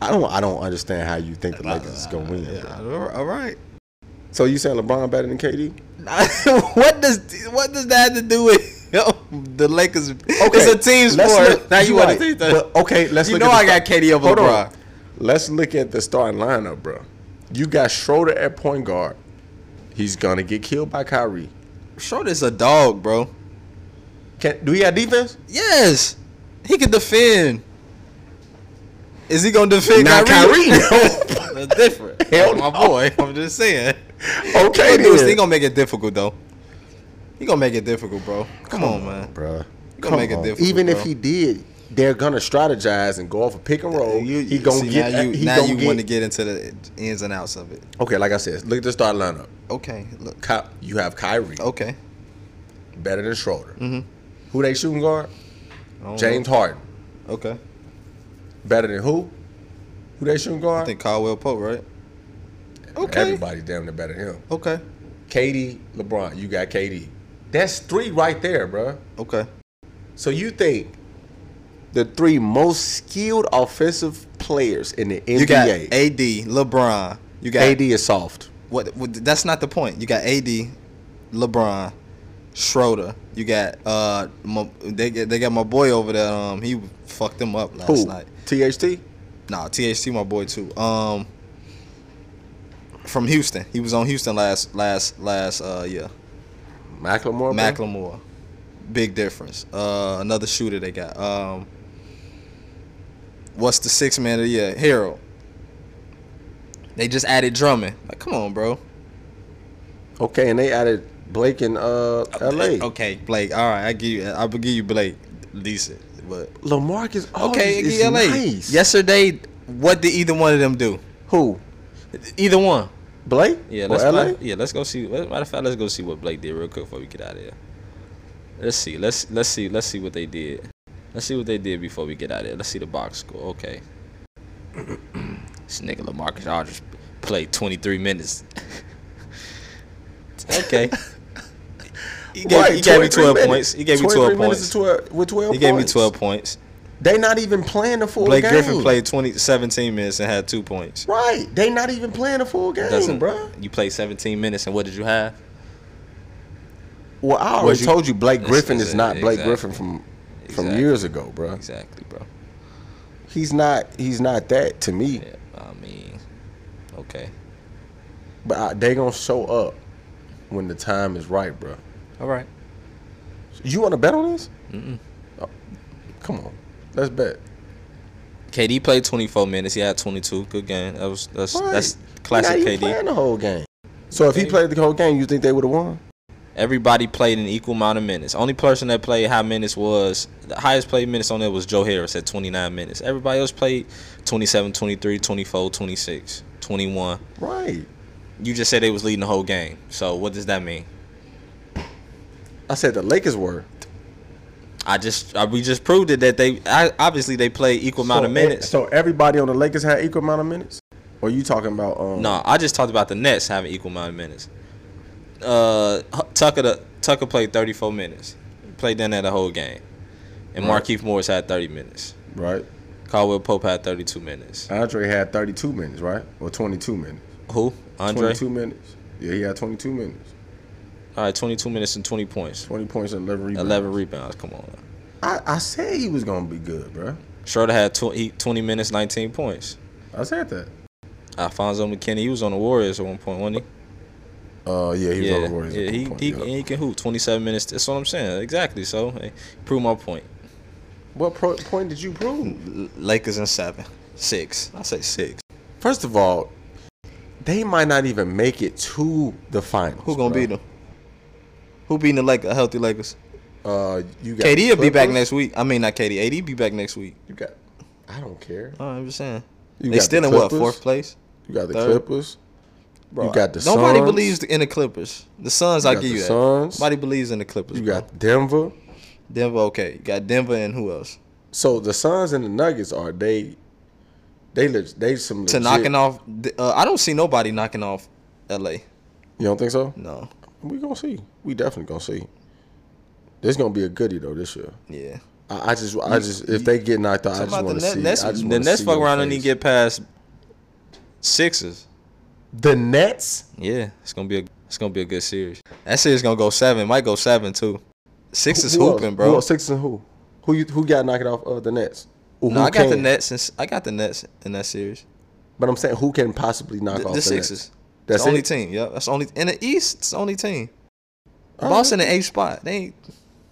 Speaker 3: I don't. I don't understand how you think the Lakers is gonna win.
Speaker 2: Yeah.
Speaker 3: bruh.
Speaker 2: All right.
Speaker 3: So you saying LeBron better than KD?
Speaker 2: what does what does that have to do with oh, the Lakers? it's a team
Speaker 3: let's
Speaker 2: sport.
Speaker 3: look-
Speaker 2: now you want
Speaker 3: right.
Speaker 2: to take that?
Speaker 3: But, okay, let's
Speaker 2: you
Speaker 3: look
Speaker 2: know
Speaker 3: at
Speaker 2: I
Speaker 3: the
Speaker 2: got
Speaker 3: start-
Speaker 2: KD over
Speaker 3: Hold
Speaker 2: LeBron.
Speaker 3: on. Let's look at the starting lineup, bro. You got Schroeder at point guard. He's gonna get killed by Kyrie.
Speaker 2: Schroeder's a dog, bro.
Speaker 3: Can, do we got defense?
Speaker 2: Yes, he can defend. Is he gonna defend
Speaker 3: Not
Speaker 2: Kyrie?
Speaker 3: Kyrie.
Speaker 2: That's different.
Speaker 3: Hell
Speaker 2: my
Speaker 3: no.
Speaker 2: boy. I'm just saying.
Speaker 3: no. okay,
Speaker 2: He gonna, he
Speaker 3: then.
Speaker 2: gonna make it difficult though. He gonna make it difficult, bro. Come, on, man.
Speaker 3: bro.
Speaker 2: gonna make it difficult,
Speaker 3: Even
Speaker 2: bro.
Speaker 3: if he did, they're gonna strategize and go off a pick and roll.
Speaker 2: You-
Speaker 3: he gonna
Speaker 2: see,
Speaker 3: get.
Speaker 2: now you,
Speaker 3: he
Speaker 2: now
Speaker 3: gonna
Speaker 2: you
Speaker 3: get,
Speaker 2: want to get into the ins and outs of it.
Speaker 3: Okay, like I said, look at the starting lineup.
Speaker 2: Okay, look.
Speaker 3: Ky- You have Kyrie,
Speaker 2: Okay. Mm-hmm.
Speaker 3: better than Schroeder. Who they shooting guard?
Speaker 2: I don't
Speaker 3: James Harden,
Speaker 2: know. Okay.
Speaker 3: better than who? Who they shooting guard?
Speaker 2: I think Caldwell Pope, right? Okay.
Speaker 3: Everybody's damn near better than him.
Speaker 2: Okay.
Speaker 5: KD, LeBron. You got KD. That's three right there, bro.
Speaker 2: Okay.
Speaker 3: So you think the three most skilled offensive players in the NBA?
Speaker 2: You got AD, LeBron. You got
Speaker 3: AD is soft.
Speaker 2: What, what? That's not the point. You got AD, LeBron, Schroeder. You got uh, my, they got- they got my boy over there. Um, he fucked them up last
Speaker 3: Who?
Speaker 2: night.
Speaker 3: THT.
Speaker 2: Nah, THT, my boy too. Um, from Houston, he was on Houston last last last uh yeah.
Speaker 3: Macklemore. bro?
Speaker 2: Macklemore, big difference. Uh, another shooter they got. Um, what's the six man of the year? Harold. They just added Drummond. Like, come on, bro.
Speaker 3: Okay, and they added Blake in uh, LA.
Speaker 2: Eh, Okay, Blake. All right, I give you. I will give you Blake decent, but
Speaker 3: Lamarcus.
Speaker 2: okay,
Speaker 3: Okay,
Speaker 2: give
Speaker 3: is
Speaker 2: you LA.
Speaker 3: Oh, nice.
Speaker 2: Yesterday, what did either one of them do?
Speaker 3: Who?
Speaker 2: Either one.
Speaker 3: Blake?
Speaker 6: Yeah,
Speaker 3: Or
Speaker 6: let's
Speaker 3: LA.
Speaker 6: let- yeah, let's go see. let- Matter of fact, let's go see what Blake did real quick before we get out of here. Let's see. Let's let's see. Let's see what they did. Let's see what they did before we get out of here. Let's see the box score. Okay. this nigga Lamarcus Aldridge played 23 minutes. okay.
Speaker 2: He gave, he gave me
Speaker 3: 23
Speaker 2: twelve
Speaker 3: minutes.
Speaker 2: points. He gave me twelve
Speaker 3: 23 minutes
Speaker 2: points.
Speaker 3: to 12 with 12
Speaker 2: He gave me
Speaker 3: points.
Speaker 2: twelve points.
Speaker 3: They not even playing the full
Speaker 2: Blake
Speaker 3: game.
Speaker 2: Griffin played 20, 17 minutes and had two points.
Speaker 3: Right. They not even playing the full game,
Speaker 6: Doesn't
Speaker 3: bro.
Speaker 6: you played 17 minutes and what did you have?
Speaker 3: Well, I already
Speaker 2: you-
Speaker 3: told you Blake
Speaker 6: That's-
Speaker 3: Griffin
Speaker 6: that's
Speaker 3: is
Speaker 6: it.
Speaker 3: not Blake
Speaker 6: Exactly.
Speaker 3: Griffin from from
Speaker 6: Exactly.
Speaker 3: years ago, bro.
Speaker 6: Exactly, bro.
Speaker 3: He's not he's not that to me.
Speaker 6: Yeah, I mean, okay.
Speaker 3: But I, they gonna show up when the time is right, bro.
Speaker 6: All right.
Speaker 3: You want to bet on this? Mm-mm. come on, let's bet.
Speaker 6: KD played 24 minutes. He had 22. Good game. That was that's
Speaker 3: Right.
Speaker 6: that's
Speaker 3: He
Speaker 6: classic
Speaker 3: not even
Speaker 6: KD.
Speaker 3: Playing the whole game. So if he
Speaker 6: Okay.
Speaker 3: played the whole game, you think they would have won?
Speaker 6: Everybody played an equal amount of minutes. Only person that played high minutes was the highest played minutes on there was Joe Harris at 29 minutes. Everybody else played 27, 23, 24, 26, 21.
Speaker 3: Right.
Speaker 6: You just said they was leading the whole game. So what does that mean?
Speaker 3: I said the Lakers were.
Speaker 6: I just I, we just proved it that they I, obviously they played equal amount of
Speaker 3: So, eh,
Speaker 6: minutes.
Speaker 3: So everybody on the Lakers had equal amount of minutes. Or you talking about? Um,
Speaker 6: No, I just talked about the Nets having equal amount of minutes. Uh, Tucker the, Tucker played 34 minutes, played down there the whole game, and
Speaker 3: Right.
Speaker 6: Markeith Morris had 30 minutes.
Speaker 3: Right.
Speaker 6: Caldwell Pope had 32 minutes.
Speaker 3: Andre had 32 minutes, right? Or 22 minutes.
Speaker 6: Who? Andre.
Speaker 3: 22 minutes. Yeah, he had 22 minutes.
Speaker 6: All right, 22 minutes and 20 points,
Speaker 3: 20 points and 11 rebounds.
Speaker 6: 11 rebounds. Come on.
Speaker 3: I, I said he was gonna be good, bro.
Speaker 6: Schroeder had 20, 20 minutes, 19 points.
Speaker 3: I said that.
Speaker 6: Alfonso McKinney, he was on the Warriors at one point, wasn't he?
Speaker 3: Uh, yeah, he was
Speaker 6: yeah,
Speaker 3: on the Warriors. at
Speaker 6: yeah,
Speaker 3: one
Speaker 6: he,
Speaker 3: point,
Speaker 6: he,
Speaker 3: yeah.
Speaker 6: and he can hoop 27 minutes. That's what I'm saying. Exactly. So, hey, prove my point.
Speaker 3: What pro- point did you prove?
Speaker 2: L- Lakers in seven, six. I say six.
Speaker 3: First of all, they might not even make it to the finals.
Speaker 2: Who gonna
Speaker 3: bro.
Speaker 2: beat them? Who beating the Lake a healthy Lakers?
Speaker 3: Uh, you got
Speaker 2: KD will be back
Speaker 3: Clippers.
Speaker 2: next week. I mean, not KD. AD be back next week.
Speaker 3: You got. I don't care.
Speaker 2: All right, I'm just saying.
Speaker 3: You
Speaker 2: they
Speaker 3: got
Speaker 2: still
Speaker 3: the
Speaker 2: in what
Speaker 3: Clippers.
Speaker 2: fourth place?
Speaker 3: You got the
Speaker 2: Third.
Speaker 3: Clippers. you got the
Speaker 2: nobody
Speaker 3: Suns.
Speaker 2: believes in the Clippers. The Suns,
Speaker 3: You
Speaker 2: I
Speaker 3: got
Speaker 2: give
Speaker 3: the
Speaker 2: you that.
Speaker 3: Suns.
Speaker 2: Nobody believes in the Clippers.
Speaker 3: You
Speaker 2: bro.
Speaker 3: got Denver.
Speaker 2: Denver. Okay, you got Denver and who else?
Speaker 3: So the Suns and the Nuggets are they? They leg- they some legit,
Speaker 2: To knocking off. Uh, I don't see nobody knocking off L.A.
Speaker 3: You don't think so?
Speaker 2: No.
Speaker 3: We gonna see. We definitely gonna see. This gonna be a goodie though this year.
Speaker 2: Yeah.
Speaker 3: I, I just I just if they get knocked out, I
Speaker 2: Talking
Speaker 3: just
Speaker 2: about
Speaker 3: want to
Speaker 2: the
Speaker 3: see.
Speaker 2: Nets,
Speaker 3: I just
Speaker 6: The
Speaker 3: wanna
Speaker 6: Nets
Speaker 3: see
Speaker 6: fuck
Speaker 3: your
Speaker 6: around and
Speaker 3: face.
Speaker 6: he get past Sixers.
Speaker 3: the Nets.
Speaker 6: Yeah, it's gonna be a it's gonna be a good series.
Speaker 2: That shit's gonna go seven. Might go seven too. Six is
Speaker 3: Who else?
Speaker 2: hooping,
Speaker 3: Who
Speaker 2: bro.
Speaker 3: else? Six and who? Who you who got knocking off uh, the Nets? Or
Speaker 2: No,
Speaker 3: who
Speaker 2: I got the
Speaker 3: can?
Speaker 2: Nets. And, I got the Nets in that series.
Speaker 3: But I'm saying who can possibly knock
Speaker 2: The,
Speaker 3: off
Speaker 2: the
Speaker 3: the
Speaker 2: Sixers.
Speaker 3: Nets?
Speaker 2: That's
Speaker 3: That's
Speaker 2: the only
Speaker 3: it?
Speaker 2: team. Yep. That's the only in the East. It's the only team.
Speaker 3: All
Speaker 2: Boston in eighth spot. They ain't-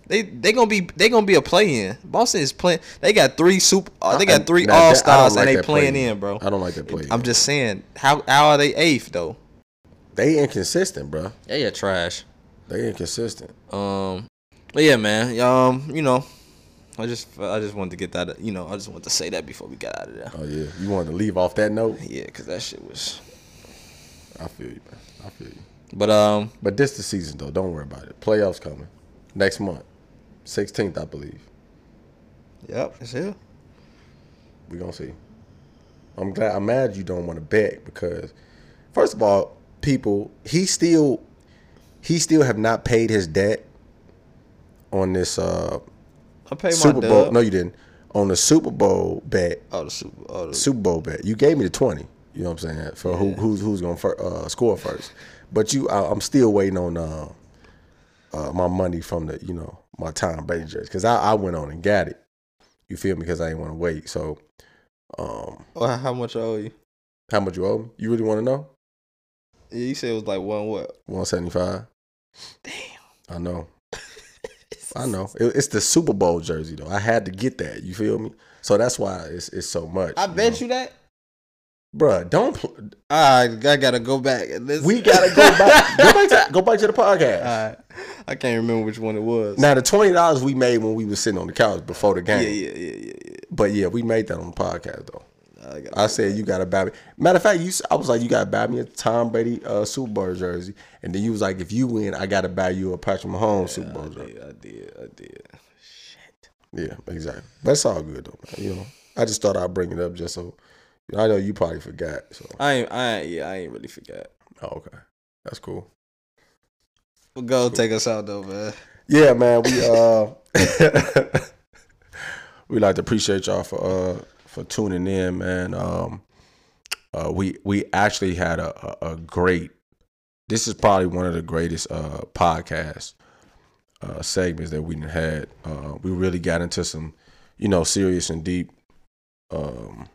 Speaker 2: they they gonna be they gonna be a play in. Boston is playing. They got three super. Uh, they
Speaker 3: I-
Speaker 2: got three
Speaker 3: now that- I don't
Speaker 2: all stars
Speaker 3: like
Speaker 2: and they
Speaker 3: that
Speaker 2: playing
Speaker 3: play-in.
Speaker 2: in, bro.
Speaker 3: I don't like that play.
Speaker 2: I'm just saying. How how are they eighth though?
Speaker 3: they inconsistent, bro.
Speaker 6: Yeah, yeah, trash.
Speaker 3: They inconsistent.
Speaker 6: Um, but yeah, man. Um, you know, I just I just wanted to get that. You know, I just wanted to say that before we got out of there.
Speaker 3: Oh yeah, you wanted to leave off that note?
Speaker 6: Yeah, cause that shit was.
Speaker 3: I feel you, bro. I feel you.
Speaker 6: But um,
Speaker 3: But this the season though. Don't worry about it. Playoffs coming next month, 16th, I believe.
Speaker 2: Yep. It's here.
Speaker 3: We gonna see. I'm glad. I'm mad you don't want to bet because, first of all, people he still He still have not paid his debt on this uh,
Speaker 2: I paid
Speaker 3: Super
Speaker 2: my dub.
Speaker 3: Bowl. No, you didn't. On the Super Bowl bet,
Speaker 2: Oh, the Super. Oh, the,
Speaker 3: Super Bowl bet. You gave me the twenty. You know what I'm saying for who who's who's gonna fir- uh, score first. But you, I, I'm still waiting on uh, uh, my money from the you know my Tom Brady jersey because I, I went on and got it. You feel me? Because I didn't want to wait. So, um,
Speaker 2: Well, oh, how much I owe you?
Speaker 3: how much you owe me? You really want to know?
Speaker 2: Yeah, you said it was like one what?
Speaker 3: One seventy five. Damn. I know. I know. It, it's the Super Bowl jersey though. I had to get that. You feel me? So that's why it's it's so much.
Speaker 2: I bet you that.
Speaker 3: Bruh, don't. Pl-
Speaker 2: All right, I gotta go back. And listen.
Speaker 3: we gotta go back. go back to go back to the podcast.
Speaker 2: All right. I can't remember which one it was.
Speaker 3: Now the twenty dollars we made when we was sitting on the couch before the
Speaker 2: yeah,
Speaker 3: game.
Speaker 2: yeah, yeah, yeah, yeah.
Speaker 3: But yeah, we made that on the podcast though.
Speaker 2: I gotta
Speaker 3: I said you gotta buy me. Matter of fact, you s- I was like you gotta buy me a Tom Brady uh, Super Bowl jersey, and then you was like if you win, I gotta buy you a Patrick Mahomes Super Bowl jersey.
Speaker 2: I did, I did.
Speaker 3: Yeah, exactly. But it's all good though. Man. You know, I just thought I'd bring it up just so I know you probably forgot. So
Speaker 2: I ain't, I ain't, yeah, I ain't really forgot.
Speaker 3: oh, okay, that's cool.
Speaker 2: Well, go take us out though, man.
Speaker 3: Yeah, man. We uh, we like to appreciate y'all for uh for tuning in, man. Um, uh, we we actually had a a, a great. This is probably one of the greatest uh podcast uh segments that we done had. Uh, we really got into some, you know, serious and deep um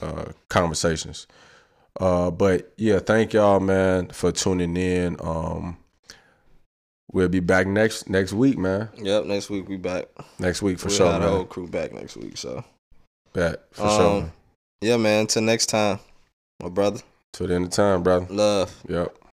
Speaker 3: uh conversations. Uh, but yeah, thank y'all, man, for tuning in. Um. We'll be back next next week, man.
Speaker 2: Yep, next week we back.
Speaker 3: Next week for
Speaker 2: we
Speaker 3: sure,
Speaker 2: have
Speaker 3: man.
Speaker 2: the whole crew back next week. So
Speaker 3: Bet, for
Speaker 2: Um,
Speaker 3: sure. man.
Speaker 2: yeah, man. Till next time, my brother.
Speaker 3: Till the end of time, brother.
Speaker 2: Love.
Speaker 3: Yep.